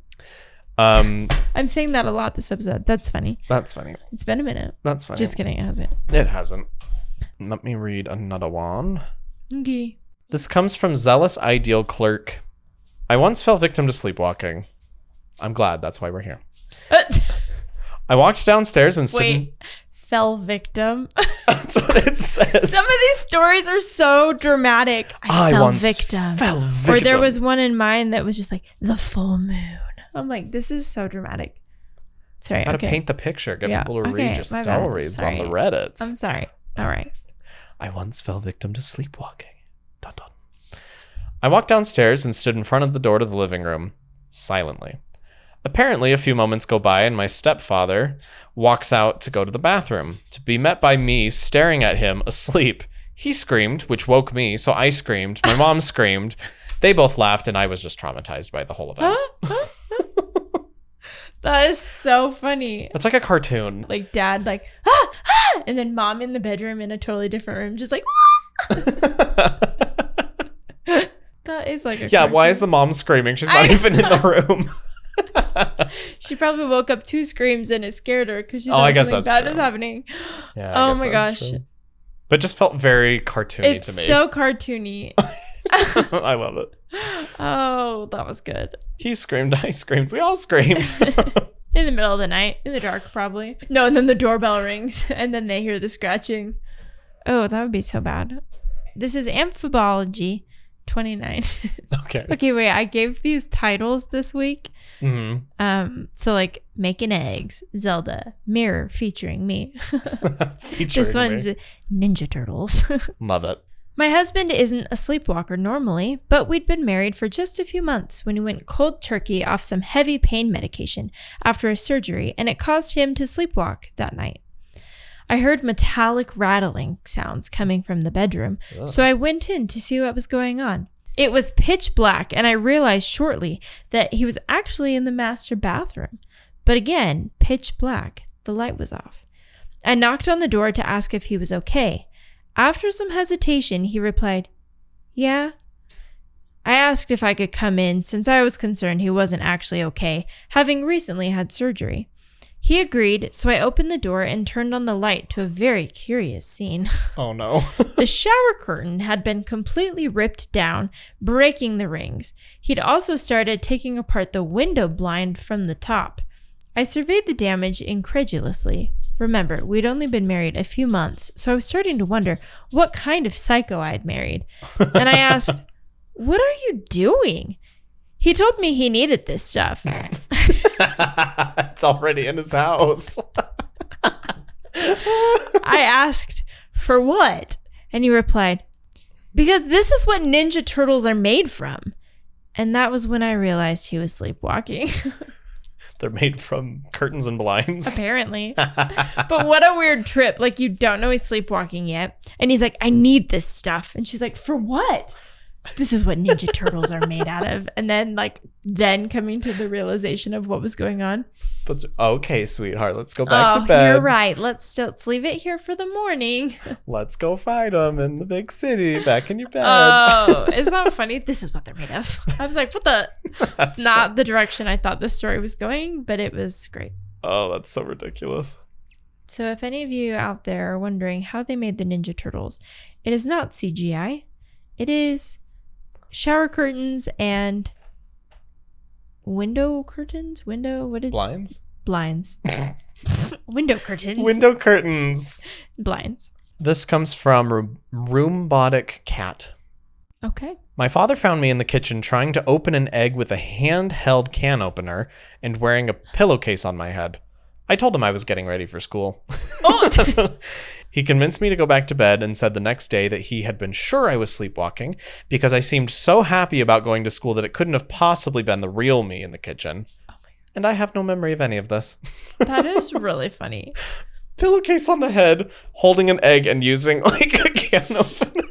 [SPEAKER 2] Um,
[SPEAKER 1] I'm saying that a lot this episode. That's funny.
[SPEAKER 2] that's funny.
[SPEAKER 1] It's been a minute.
[SPEAKER 2] That's funny.
[SPEAKER 1] Just kidding, it hasn't.
[SPEAKER 2] it hasn't. Let me read another one.
[SPEAKER 1] Okay.
[SPEAKER 2] This comes from Zealous Ideal Clerk. I once fell victim to sleepwalking. I'm glad that's why we're here.
[SPEAKER 1] Uh,
[SPEAKER 2] I walked downstairs and stood.
[SPEAKER 1] Wait. Fell victim.
[SPEAKER 2] That's what it says.
[SPEAKER 1] Some of these stories are so dramatic. I, fell
[SPEAKER 2] once
[SPEAKER 1] victim.
[SPEAKER 2] fell victim.
[SPEAKER 1] Or there was one in mine that was just like the full moon. I'm like, this is so dramatic. Sorry.
[SPEAKER 2] Gotta
[SPEAKER 1] Okay.
[SPEAKER 2] paint the picture. Get
[SPEAKER 1] Yeah,
[SPEAKER 2] people to
[SPEAKER 1] okay,
[SPEAKER 2] read your
[SPEAKER 1] my bad,
[SPEAKER 2] stories on the
[SPEAKER 1] sorry.
[SPEAKER 2] Reddits.
[SPEAKER 1] I'm sorry. All right.
[SPEAKER 2] I once fell victim to sleepwalking. Dun, dun. I walked downstairs and stood in front of the door to the living room, silently. Apparently, a few moments go by, and my stepfather walks out to go to the bathroom, to be met by me staring at him asleep. He screamed, which woke me, so I screamed. My mom screamed. They both laughed, and I was just traumatized by the whole event.
[SPEAKER 1] That is so funny.
[SPEAKER 2] It's like a cartoon.
[SPEAKER 1] Like dad, like ah, ah, and then mom in the bedroom in a totally different room, just like "Ah." that is like a
[SPEAKER 2] yeah, why
[SPEAKER 1] cartoon.
[SPEAKER 2] is the mom screaming? She's not
[SPEAKER 1] I-
[SPEAKER 2] even in the room.
[SPEAKER 1] she probably woke up two screams and it scared her because she
[SPEAKER 2] Oh,
[SPEAKER 1] thought
[SPEAKER 2] I guess
[SPEAKER 1] something
[SPEAKER 2] that's
[SPEAKER 1] bad was
[SPEAKER 2] true.
[SPEAKER 1] happening.
[SPEAKER 2] Yeah,
[SPEAKER 1] I Oh guess my that's gosh. true.
[SPEAKER 2] But just felt very cartoony
[SPEAKER 1] It's
[SPEAKER 2] to me.
[SPEAKER 1] so cartoony.
[SPEAKER 2] I love it.
[SPEAKER 1] oh, that was good.
[SPEAKER 2] He screamed, I screamed, we all screamed.
[SPEAKER 1] in the middle of the night, in the dark, probably. No, and then the doorbell rings, and then they hear the scratching. Oh, that would be so bad. This is Amphibology 29.
[SPEAKER 2] Okay.
[SPEAKER 1] okay, wait, I gave these titles this week.
[SPEAKER 2] hmm
[SPEAKER 1] Um, so like making eggs, Zelda, mirror featuring me. this one's Ninja Turtles.
[SPEAKER 2] Love it.
[SPEAKER 1] My husband isn't a sleepwalker normally, but we'd been married for just a few months when he went cold turkey off some heavy pain medication after a surgery, and it caused him to sleepwalk that night. I heard metallic rattling sounds coming from the bedroom, so I went in to see what was going on. It was pitch black, and I realized shortly that he was actually in the master bathroom. But again, pitch black, the light was off. I knocked on the door to ask if he was okay. After some hesitation, he replied, Yeah. I asked if I could come in since I was concerned he wasn't actually okay, having recently had surgery. He agreed, so I opened the door and turned on the light to a very curious scene.
[SPEAKER 2] Oh no.
[SPEAKER 1] The shower curtain had been completely ripped down, breaking the rings. He'd also started taking apart the window blind from the top. I surveyed the damage incredulously. Remember, we'd only been married a few months, so I was starting to wonder what kind of psycho I'd married. And I asked, What are you doing? He told me he needed this stuff.
[SPEAKER 2] it's already in his house.
[SPEAKER 1] I asked, For what? And he replied, Because this is what Ninja Turtles are made from. And that was when I realized he was sleepwalking,
[SPEAKER 2] They're made from curtains and blinds.
[SPEAKER 1] apparently. but what a weird trip. Like, you don't know he's sleepwalking yet. And he's like, I need this stuff. And she's like, For what? This is what Ninja Turtles are made out of. And then, like, then coming to the realization of what was going on.
[SPEAKER 2] That's okay, sweetheart. Let's go back
[SPEAKER 1] oh,
[SPEAKER 2] to bed.
[SPEAKER 1] you're right. Let's, let's leave it here for the morning.
[SPEAKER 2] Let's go fight them in the big city, back in your bed.
[SPEAKER 1] Oh, isn't that funny? This is what they're made of. I was like, what the?
[SPEAKER 2] That's
[SPEAKER 1] It's
[SPEAKER 2] so-
[SPEAKER 1] not the direction I thought this story was going, but it was great.
[SPEAKER 2] oh, that's so ridiculous.
[SPEAKER 1] So, if any of you out there are wondering how they made the Ninja Turtles, it is not CGI. It is shower curtains and window curtains. Window, what did
[SPEAKER 2] Blinds?
[SPEAKER 1] blinds? window curtains.
[SPEAKER 2] Window curtains.
[SPEAKER 1] blinds.
[SPEAKER 2] This comes from Ru- Roombotic Cat.
[SPEAKER 1] Okay.
[SPEAKER 2] My father found me in the kitchen trying to open an egg with a handheld can opener and wearing a pillowcase on my head. I told him I was getting ready for school.
[SPEAKER 1] Oh,
[SPEAKER 2] He convinced me to go back to bed and said the next day that he had been sure I was sleepwalking because I seemed so happy about going to school that it couldn't have possibly been the real me in the kitchen. And I have no memory of any of this.
[SPEAKER 1] that is really funny.
[SPEAKER 2] Pillowcase on the head, holding an egg and using like a can opener.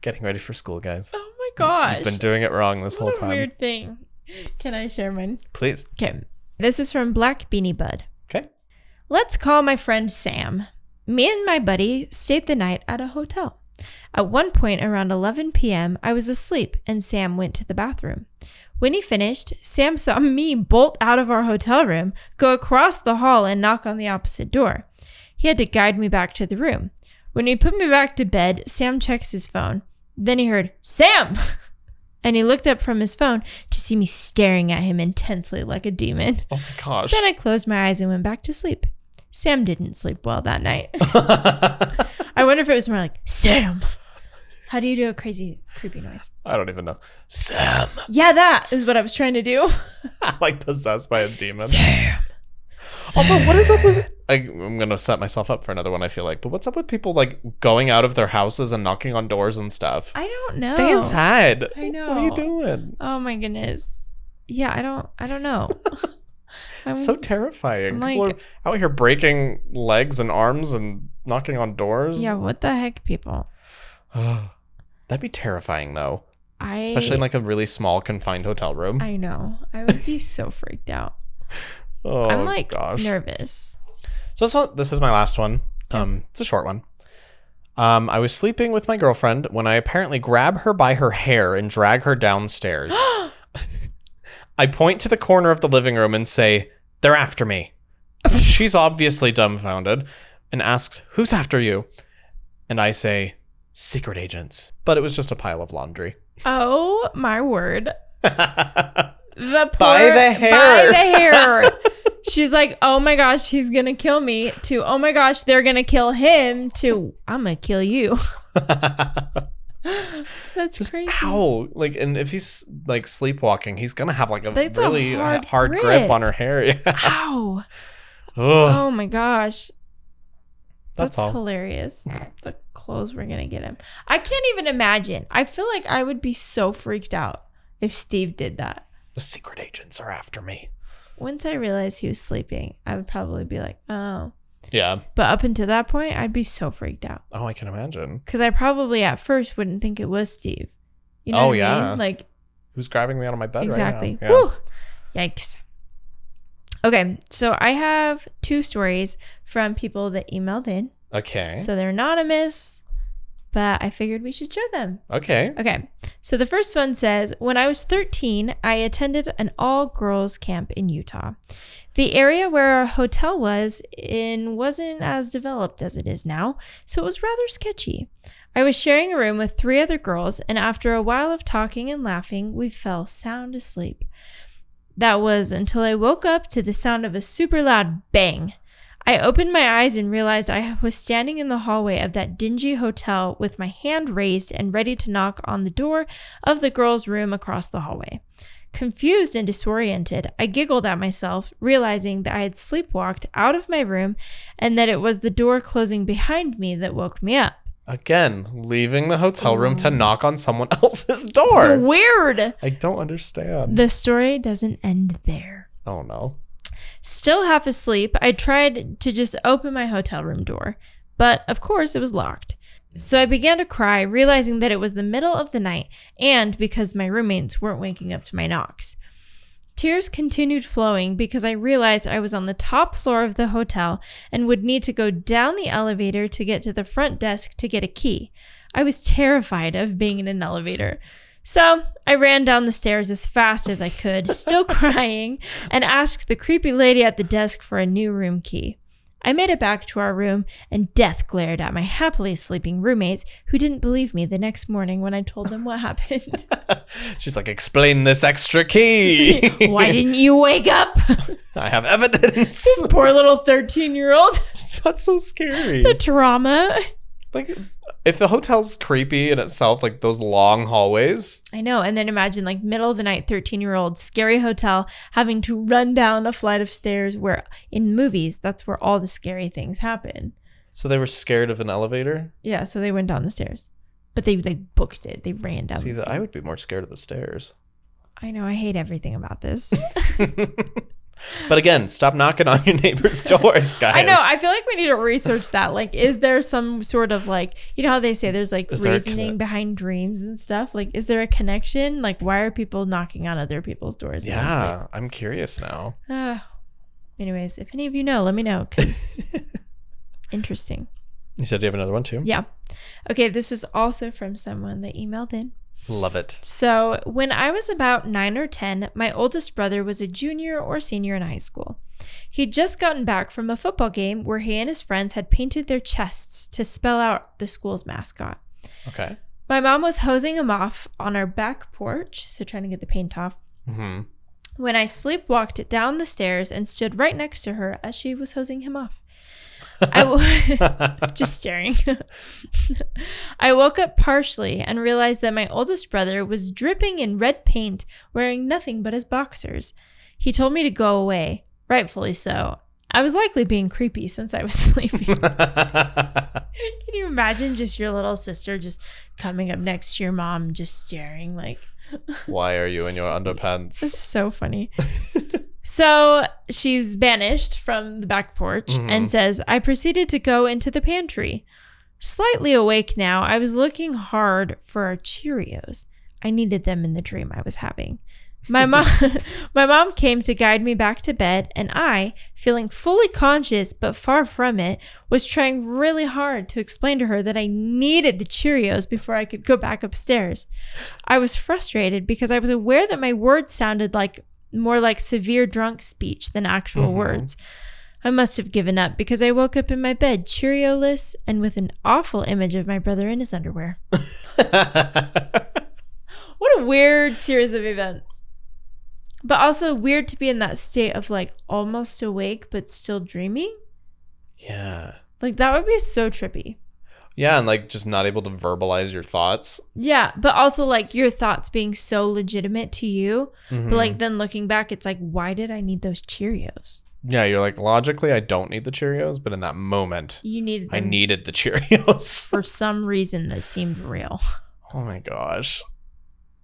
[SPEAKER 2] Getting ready for school, guys.
[SPEAKER 1] Oh my gosh.
[SPEAKER 2] I've been doing it wrong this whole
[SPEAKER 1] what a
[SPEAKER 2] time.
[SPEAKER 1] weird thing. Can I share mine?
[SPEAKER 2] Please.
[SPEAKER 1] Okay. This is from Black Beanie Bud.
[SPEAKER 2] Okay.
[SPEAKER 1] Let's call my friend Sam. Me and my buddy stayed the night at a hotel. At one point around 11 p.m., I was asleep and Sam went to the bathroom. When he finished, Sam saw me bolt out of our hotel room, go across the hall, and knock on the opposite door. He had to guide me back to the room. When he put me back to bed, Sam checks his phone. Then he heard, Sam! And he looked up from his phone to see me staring at him intensely like a demon.
[SPEAKER 2] Oh my gosh.
[SPEAKER 1] Then I closed my eyes and went back to sleep. Sam didn't sleep well that night. I wonder if it was more like, Sam! How do you do a crazy, creepy noise?
[SPEAKER 2] I don't even know. Sam.
[SPEAKER 1] Yeah, that is what I was trying to do.
[SPEAKER 2] like possessed by a demon.
[SPEAKER 1] Sam!
[SPEAKER 2] Also, what is up with? I, I'm gonna set myself up for another one. I feel like, but what's up with people like going out of their houses and knocking on doors and stuff?
[SPEAKER 1] I don't know.
[SPEAKER 2] Stay inside.
[SPEAKER 1] I know.
[SPEAKER 2] What are you doing?
[SPEAKER 1] Oh my goodness. Yeah, I don't, I don't know. I'm,
[SPEAKER 2] so terrifying.
[SPEAKER 1] I'm
[SPEAKER 2] people are
[SPEAKER 1] like-
[SPEAKER 2] out here breaking legs and arms and knocking on doors.
[SPEAKER 1] yeah, what the heck, people?
[SPEAKER 2] That'd be terrifying though,
[SPEAKER 1] I,
[SPEAKER 2] especially in like a really small confined hotel room.
[SPEAKER 1] I know. I would be so freaked out.
[SPEAKER 2] oh
[SPEAKER 1] I'm like
[SPEAKER 2] gosh.
[SPEAKER 1] nervous.
[SPEAKER 2] So this one, this is my last one. Um, it's a short one. Um, I was sleeping with my girlfriend when I apparently grab her by her hair and drag her downstairs. I point to the corner of the living room and say, "They're after me." She's obviously dumbfounded and asks, "Who's after you?" And I say, "Secret agents." But it was just a pile of laundry.
[SPEAKER 1] Oh my word. the poor,
[SPEAKER 2] By the hair.
[SPEAKER 1] By the hair. She's like, oh my gosh, he's gonna kill me. To oh my gosh, they're gonna kill him. To I'm gonna kill you. That's
[SPEAKER 2] Just
[SPEAKER 1] crazy.
[SPEAKER 2] ow. Like, and if he's like sleepwalking, he's gonna have like a
[SPEAKER 1] That's a
[SPEAKER 2] really ha- hard,
[SPEAKER 1] hard
[SPEAKER 2] grip.
[SPEAKER 1] grip.
[SPEAKER 2] on her hair. Yeah.
[SPEAKER 1] Ow.
[SPEAKER 2] Ugh,
[SPEAKER 1] Oh my gosh.
[SPEAKER 2] that's,
[SPEAKER 1] That's,
[SPEAKER 2] all.
[SPEAKER 1] hilarious. the clothes we're gonna get him. I can't even imagine. I feel like I would be so freaked out if Steve did that.
[SPEAKER 2] The secret agents are after me.
[SPEAKER 1] Once I realized he was sleeping, I would probably be like, oh.
[SPEAKER 2] Yeah.
[SPEAKER 1] But up until that point, I'd be so freaked out.
[SPEAKER 2] Oh, I can imagine.
[SPEAKER 1] Because I probably at first wouldn't think it was Steve. You know
[SPEAKER 2] Oh,
[SPEAKER 1] what I
[SPEAKER 2] yeah.
[SPEAKER 1] mean? Like,
[SPEAKER 2] Who's grabbing me out of my bed
[SPEAKER 1] exactly.
[SPEAKER 2] right now? Yeah.
[SPEAKER 1] Woo! Yikes. Okay, so I have two stories from people that emailed in.
[SPEAKER 2] Okay.
[SPEAKER 1] So they're anonymous, but I figured we should share them.
[SPEAKER 2] okay.
[SPEAKER 1] Okay, so the first one says When I was 13, I attended an all girls camp in Utah. The area where our hotel was in wasn't as developed as it is now, so it was rather sketchy. I was sharing a room with three other girls, and after a while of talking and laughing, we fell sound asleep. That was until I woke up to the sound of a super loud bang. I opened my eyes and realized I was standing in the hallway of that dingy hotel with my hand raised and ready to knock on the door of the girls' room across the hallway. Confused and disoriented, I giggled at myself, realizing that I had sleepwalked out of my room and that it was the door closing behind me that woke me up.
[SPEAKER 2] Again, leaving the hotel room to knock on someone else's door.
[SPEAKER 1] It's weird.
[SPEAKER 2] I don't understand.
[SPEAKER 1] The story doesn't end there.
[SPEAKER 2] oh no.
[SPEAKER 1] Still half asleep, I tried to just open my hotel room door, but of course it was locked. So I began to cry, realizing that it was the middle of the night and because my roommates weren't waking up to my knocks. Tears continued flowing because I realized I was on the top floor of the hotel and would need to go down the elevator to get to the front desk to get a key. I was terrified of being in an elevator. So I ran down the stairs as fast as I could, still crying, and asked the creepy lady at the desk for a new room key. I made it back to our room, and death glared at my happily sleeping roommates who didn't believe me the next morning when I told them what happened.
[SPEAKER 2] She's like, explain this extra key.
[SPEAKER 1] Why didn't you wake up?
[SPEAKER 2] I have evidence.
[SPEAKER 1] this poor little 13 year old.
[SPEAKER 2] That's so scary.
[SPEAKER 1] the trauma.
[SPEAKER 2] like, if the hotel's creepy in itself, like those long hallways,
[SPEAKER 1] I know. And then imagine like middle of the night, 13 year old, scary hotel, having to run down a flight of stairs where in movies, that's where all the scary things happen.
[SPEAKER 2] so they were scared of an elevator.
[SPEAKER 1] Yeah. So they went down the stairs, but they, they booked it. They ran down.
[SPEAKER 2] See,
[SPEAKER 1] the
[SPEAKER 2] that I
[SPEAKER 1] stairs.
[SPEAKER 2] would be more scared of the stairs.
[SPEAKER 1] I know. I hate everything about this.
[SPEAKER 2] But again, stop knocking on your neighbor's doors, guys.
[SPEAKER 1] I know. I feel like we need to research that. Like, is there some sort of like, you know how they say there's like
[SPEAKER 2] Is there a
[SPEAKER 1] reasoning
[SPEAKER 2] conne-
[SPEAKER 1] behind dreams and stuff? Like, is there a connection? Like, why are people knocking on other people's doors? And I'm just like,
[SPEAKER 2] yeah, I'm curious now.
[SPEAKER 1] Uh, anyways, if any of you know, let me know because interesting.
[SPEAKER 2] You said you have another one too?
[SPEAKER 1] Yeah. Okay, this is also from someone that emailed in.
[SPEAKER 2] Love it.
[SPEAKER 1] So, when I was about nine or 10, my oldest brother was a junior or senior in high school. He'd just gotten back from a football game where he and his friends had painted their chests to spell out the school's mascot.
[SPEAKER 2] Okay.
[SPEAKER 1] My mom was hosing him off on our back porch, so trying to get the paint off,
[SPEAKER 2] hmm
[SPEAKER 1] when I sleepwalked down the stairs and stood right next to her as she was hosing him off. I w- just staring. I woke up partially and realized that my oldest brother was dripping in red paint, wearing nothing but his boxers. He told me to go away, rightfully so. I was likely being creepy since I was sleeping. Can you imagine just your little sister just coming up next to your mom, just staring like
[SPEAKER 2] Why are you in your
[SPEAKER 1] It's
[SPEAKER 2] underpants?
[SPEAKER 1] so funny. so she's banished from the back porch and says, I proceeded to go into the pantry. Slightly awake now, I was looking hard for our Cheerios. I needed them in the dream I was having. My mom my mom came to guide me back to bed and I, feeling fully conscious but far from it, was trying really hard to explain to her that I needed the Cheerios before I could go back upstairs. I was frustrated because I was aware that my words sounded like more like severe drunk speech than actual
[SPEAKER 2] Mhm.
[SPEAKER 1] words. I must have given up because I woke up in my bed Cheerioless and with an awful image of my brother in his underwear. What a weird series of events. But also weird to be in that state of like almost awake but still dreaming.
[SPEAKER 2] Yeah.
[SPEAKER 1] Like that would be so trippy.
[SPEAKER 2] Yeah, and like just not able to verbalize your thoughts.
[SPEAKER 1] Yeah, but also like your thoughts being so legitimate to you,
[SPEAKER 2] Mhm.
[SPEAKER 1] but like then looking back, it's like, why did I need those Cheerios?
[SPEAKER 2] yeah, you're like logically, I don't need the Cheerios, but in that moment,
[SPEAKER 1] You needed
[SPEAKER 2] I
[SPEAKER 1] them
[SPEAKER 2] needed the Cheerios.
[SPEAKER 1] for some reason that seemed real.
[SPEAKER 2] oh my gosh.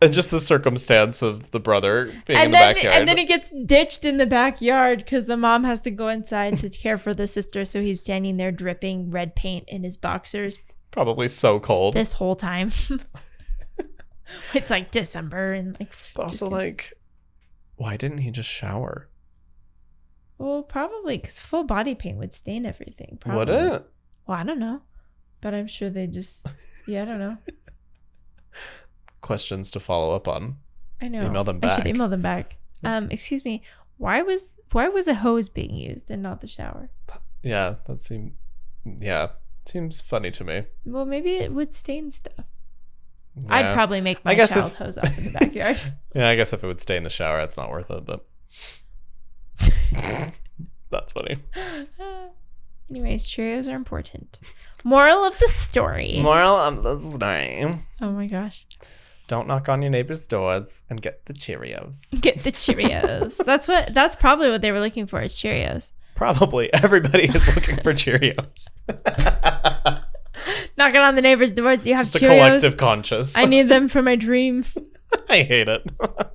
[SPEAKER 2] And just the circumstance of the brother being in
[SPEAKER 1] and
[SPEAKER 2] the
[SPEAKER 1] then
[SPEAKER 2] backyard.
[SPEAKER 1] and then he gets ditched in the backyard because the mom has to go inside to care for the sister, so he's standing there dripping red paint in his boxers
[SPEAKER 2] Probably so cold.
[SPEAKER 1] this whole time. it's like December and like
[SPEAKER 2] But also, like, why didn't he just shower?
[SPEAKER 1] well probably because full body paint would stain everything. Probably.
[SPEAKER 2] Would it?
[SPEAKER 1] Well, I don't know, but I'm sure they just yeah I don't know.
[SPEAKER 2] Questions to follow up on.
[SPEAKER 1] I know.
[SPEAKER 2] Email them
[SPEAKER 1] I
[SPEAKER 2] back.
[SPEAKER 1] should email them back. Um, excuse me. Why was why was a hose being used and not the shower?
[SPEAKER 2] Yeah, that seems. Yeah, seems funny to me.
[SPEAKER 1] Well, maybe it would stain stuff.
[SPEAKER 2] Yeah.
[SPEAKER 1] I'd probably make my
[SPEAKER 2] I guess
[SPEAKER 1] child
[SPEAKER 2] if-
[SPEAKER 1] hose off in the backyard.
[SPEAKER 2] Yeah, I guess if it would stay in the shower, that's not worth it, but. that's funny.
[SPEAKER 1] Anyways, Cheerios are important. Moral of the story.
[SPEAKER 2] Moral of the story
[SPEAKER 1] oh my gosh.
[SPEAKER 2] don't knock on your neighbor's doors and get the Cheerios.
[SPEAKER 1] Get the Cheerios. that's what that's probably what they were looking for is Cheerios.
[SPEAKER 2] Probably everybody is looking for Cheerios.
[SPEAKER 1] Knocking on the neighbors' doors, do you have
[SPEAKER 2] Just a
[SPEAKER 1] Cheerios?
[SPEAKER 2] collective conscious.
[SPEAKER 1] I
[SPEAKER 2] I,
[SPEAKER 1] need them for my dream.
[SPEAKER 2] hate it.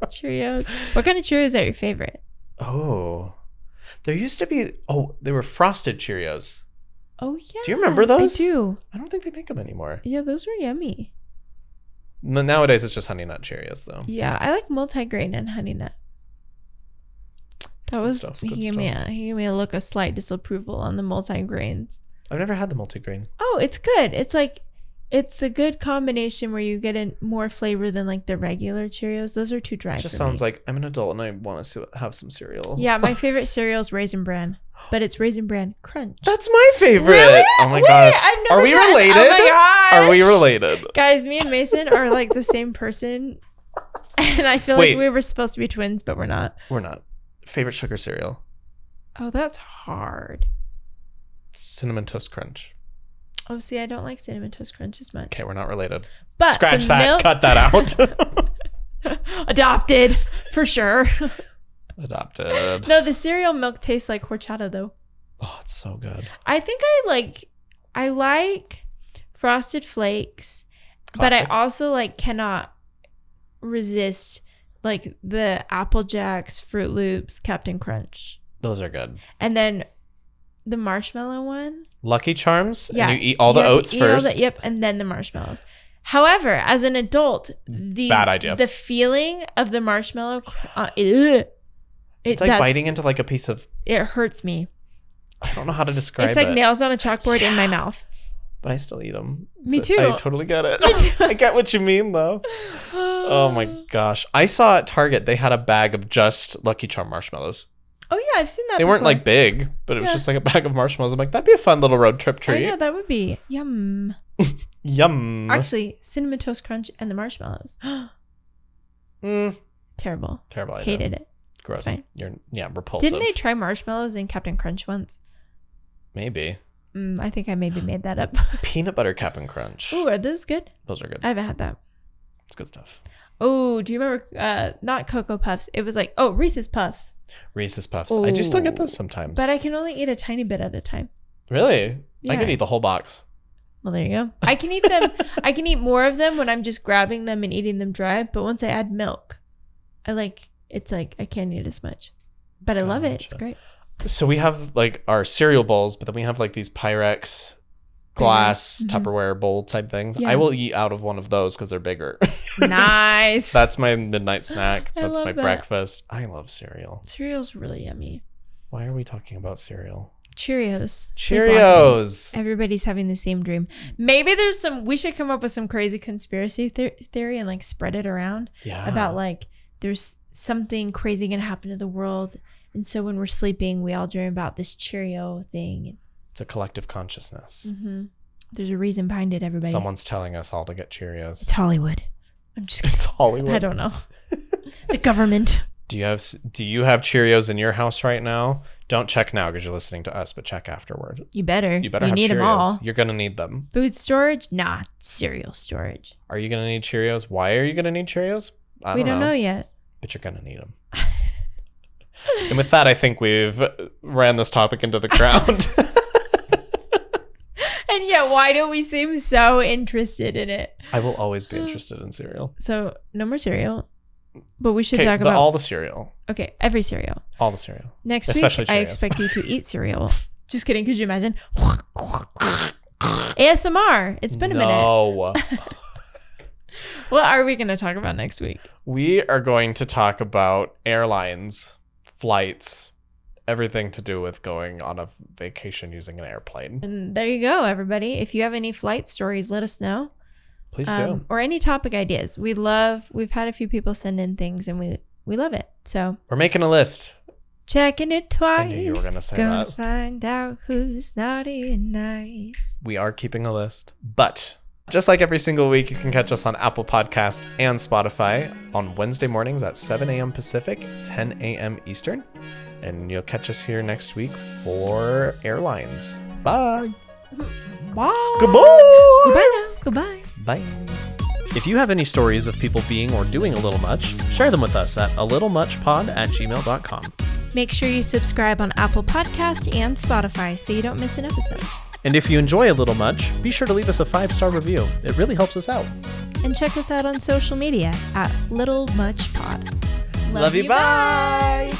[SPEAKER 1] Cheerios. What kind of Cheerios are your favorite?
[SPEAKER 2] oh. There used to be, oh, they were frosted Cheerios.
[SPEAKER 1] Oh yeah.
[SPEAKER 2] you remember those?
[SPEAKER 1] I do.
[SPEAKER 2] I don't think they make them anymore.
[SPEAKER 1] Yeah, those were yummy.
[SPEAKER 2] N- Nowadays, it's just Honey Nut Cheerios, though.
[SPEAKER 1] Yeah, I like multigrain and honey nut. That
[SPEAKER 2] Good
[SPEAKER 1] was
[SPEAKER 2] stuff,
[SPEAKER 1] he
[SPEAKER 2] good
[SPEAKER 1] gave me a he gave me a look of slight disapproval on the multigrains.
[SPEAKER 2] I've never had the multigrain.
[SPEAKER 1] Oh, it's good. It's like it's a good combination where you get in more flavor than like the regular Cheerios. Those are too dry.
[SPEAKER 2] It just sounds like I'm an adult and I want to have some cereal.
[SPEAKER 1] Yeah, my favorite cereal is Raisin Bran, but it's Raisin Bran Crunch.
[SPEAKER 2] That's my favorite.
[SPEAKER 1] Really?
[SPEAKER 2] Oh my
[SPEAKER 1] Wait,
[SPEAKER 2] gosh.
[SPEAKER 1] I've never
[SPEAKER 2] Are we
[SPEAKER 1] had- oh
[SPEAKER 2] related?
[SPEAKER 1] my
[SPEAKER 2] Are we
[SPEAKER 1] gosh.
[SPEAKER 2] related?
[SPEAKER 1] Guys, me and Mason are like the same person. And I feel
[SPEAKER 2] Wait.
[SPEAKER 1] like we were supposed to be twins, but we're not.
[SPEAKER 2] We're not. Favorite sugar cereal?
[SPEAKER 1] Oh, that's hard.
[SPEAKER 2] Cinnamon Toast Crunch.
[SPEAKER 1] Oh, see, I don't like cinnamon toast crunch as much.
[SPEAKER 2] Okay, we're not related.
[SPEAKER 1] But
[SPEAKER 2] Scratch
[SPEAKER 1] the
[SPEAKER 2] that.
[SPEAKER 1] milk-
[SPEAKER 2] Cut that out.
[SPEAKER 1] Adopted for sure.
[SPEAKER 2] Adopted.
[SPEAKER 1] no, the cereal milk tastes like horchata though.
[SPEAKER 2] Oh, it's so good.
[SPEAKER 1] I think I like I like frosted flakes, but I
[SPEAKER 2] Classic.
[SPEAKER 1] also like cannot resist like the apple jacks, fruit loops, captain crunch.
[SPEAKER 2] Those are good.
[SPEAKER 1] And then the marshmallow one.
[SPEAKER 2] Lucky Charms.
[SPEAKER 1] Yeah.
[SPEAKER 2] And you eat all
[SPEAKER 1] You
[SPEAKER 2] the
[SPEAKER 1] have to
[SPEAKER 2] oats
[SPEAKER 1] eat all the-
[SPEAKER 2] first.
[SPEAKER 1] yep, and then the marshmallows. However, as an adult, the
[SPEAKER 2] Mm, Bad idea.
[SPEAKER 1] The feeling of the marshmallow, cr- uh, ugh. it,
[SPEAKER 2] It's like
[SPEAKER 1] that's-
[SPEAKER 2] biting into like a piece of.
[SPEAKER 1] It hurts me.
[SPEAKER 2] I don't know how to describe
[SPEAKER 1] it's like
[SPEAKER 2] it,
[SPEAKER 1] nails on a chalkboard in my mouth.
[SPEAKER 2] but I still eat them.
[SPEAKER 1] Me too.
[SPEAKER 2] I totally get it.
[SPEAKER 1] too.
[SPEAKER 2] I get what you mean, though. Oh my gosh! I saw at Target they had a bag of just Lucky Charm marshmallows.
[SPEAKER 1] Oh yeah, I've seen that.
[SPEAKER 2] They weren't
[SPEAKER 1] before.
[SPEAKER 2] like big, but it was
[SPEAKER 1] Yeah.
[SPEAKER 2] just like a bag of marshmallows. I'm like, that'd be a fun little road trip
[SPEAKER 1] I know
[SPEAKER 2] treat.
[SPEAKER 1] Oh, that would be yum.
[SPEAKER 2] Yum.
[SPEAKER 1] Actually, cinnamon toast crunch and the marshmallows.
[SPEAKER 2] Mm,
[SPEAKER 1] Terrible.
[SPEAKER 2] terrible idea.
[SPEAKER 1] Hated it.
[SPEAKER 2] Gross.
[SPEAKER 1] fine.
[SPEAKER 2] You're yeah repulsive.
[SPEAKER 1] Didn't they try marshmallows in Captain Crunch once?
[SPEAKER 2] Maybe
[SPEAKER 1] Mm, I think I maybe made that up.
[SPEAKER 2] peanut butter Cap'n Crunch.
[SPEAKER 1] Ooh, are those good?
[SPEAKER 2] Those are good.
[SPEAKER 1] I haven't had that.
[SPEAKER 2] It's good stuff.
[SPEAKER 1] Oh, do you remember? Uh, not Cocoa Puffs. It was like oh Reese's Puffs,
[SPEAKER 2] Reese's Puffs. I do still get those sometimes.
[SPEAKER 1] but I can only eat a tiny bit at a time.
[SPEAKER 2] really, I
[SPEAKER 1] Yeah.
[SPEAKER 2] could eat the whole box.
[SPEAKER 1] Well, there you go. I can eat them. I can eat more of them when I'm just grabbing them and eating them dry. But once I add milk, I like it's like I can't eat as much. But I love it. It's
[SPEAKER 2] Gotcha.
[SPEAKER 1] great.
[SPEAKER 2] So we have like our cereal bowls, but then we have like these Pyrex glass
[SPEAKER 1] Mhm.
[SPEAKER 2] Tupperware bowl type things.
[SPEAKER 1] Yeah.
[SPEAKER 2] I will eat out of one of those because they're bigger.
[SPEAKER 1] nice.
[SPEAKER 2] That's my midnight snack.
[SPEAKER 1] I
[SPEAKER 2] That's
[SPEAKER 1] love
[SPEAKER 2] my
[SPEAKER 1] that.
[SPEAKER 2] breakfast. I love cereal.
[SPEAKER 1] Cereal's really yummy.
[SPEAKER 2] Why are we talking about cereal?
[SPEAKER 1] Cheerios. Sleepwalking.
[SPEAKER 2] Cheerios.
[SPEAKER 1] Everybody's having the same dream. Maybe there's some. We should come up with some crazy conspiracy ther- theory and like spread it around.
[SPEAKER 2] Yeah.
[SPEAKER 1] about like there's something crazy gonna happen to the world and so when we're sleeping we all dream about this cheerio thing
[SPEAKER 2] it's a collective consciousness.
[SPEAKER 1] mm-hmm. there's a reason behind it everybody
[SPEAKER 2] Someone's telling us all to get Cheerios.
[SPEAKER 1] it's hollywood i'm just
[SPEAKER 2] It's
[SPEAKER 1] kidding i
[SPEAKER 2] Hollywood.
[SPEAKER 1] don't know the government
[SPEAKER 2] Do you have do you have Cheerios in your house right now? Don't check now because you're listening to us, but check afterward.
[SPEAKER 1] You better.
[SPEAKER 2] You better have
[SPEAKER 1] need
[SPEAKER 2] Cheerios.
[SPEAKER 1] them all.
[SPEAKER 2] You're gonna need them.
[SPEAKER 1] Food storage? Nah, cereal storage.
[SPEAKER 2] Are you gonna need Cheerios? Why are you gonna need Cheerios? I
[SPEAKER 1] we don't know. yet.
[SPEAKER 2] but you're gonna need them. and with that, I think we've ran this topic into the ground.
[SPEAKER 1] And yet, why do we seem so interested in it?
[SPEAKER 2] I will always be interested in cereal.
[SPEAKER 1] So, no more cereal, but we should
[SPEAKER 2] Okay,
[SPEAKER 1] talk
[SPEAKER 2] the-
[SPEAKER 1] about
[SPEAKER 2] all the cereal,
[SPEAKER 1] okay every cereal.
[SPEAKER 2] all the cereal.
[SPEAKER 1] Next
[SPEAKER 2] Especially
[SPEAKER 1] week, I
[SPEAKER 2] Cheerios.
[SPEAKER 1] expect you to eat cereal. Just kidding. Could you imagine? ASMR. It's been a minute.
[SPEAKER 2] no,
[SPEAKER 1] What are we going to talk about next week?
[SPEAKER 2] we are going to talk about airlines, flights, everything to do with going on a vacation using an airplane.
[SPEAKER 1] And there you go, everybody. If you have any flight stories, let us know.
[SPEAKER 2] Please
[SPEAKER 1] Um,
[SPEAKER 2] do.
[SPEAKER 1] or any topic ideas. We love, we've had a few people send in things and we, we love it. So
[SPEAKER 2] We're making a list.
[SPEAKER 1] checking it twice.
[SPEAKER 2] I knew you were gonna say
[SPEAKER 1] Gonna
[SPEAKER 2] that.
[SPEAKER 1] find out who's naughty and nice.
[SPEAKER 2] We are keeping a list. But just like every single week, you can catch us on Apple Podcast and Spotify on Wednesday mornings at 7 a.m. Pacific, 10 a.m. Eastern. And you'll catch us here next week for airlines. Bye.
[SPEAKER 1] Bye.
[SPEAKER 2] Goodbye.
[SPEAKER 1] Goodbye now. Goodbye.
[SPEAKER 2] Bye. If you have any stories of people being or doing a little much, share them with us at a little much pod at gmail.com.
[SPEAKER 1] Make sure you subscribe on Apple Podcast and Spotify so you don't miss an episode.
[SPEAKER 2] And if you enjoy a little much, be sure to leave us a five star review. It really helps us out.
[SPEAKER 1] And check us out on social media at Little Much Pod.
[SPEAKER 2] bye.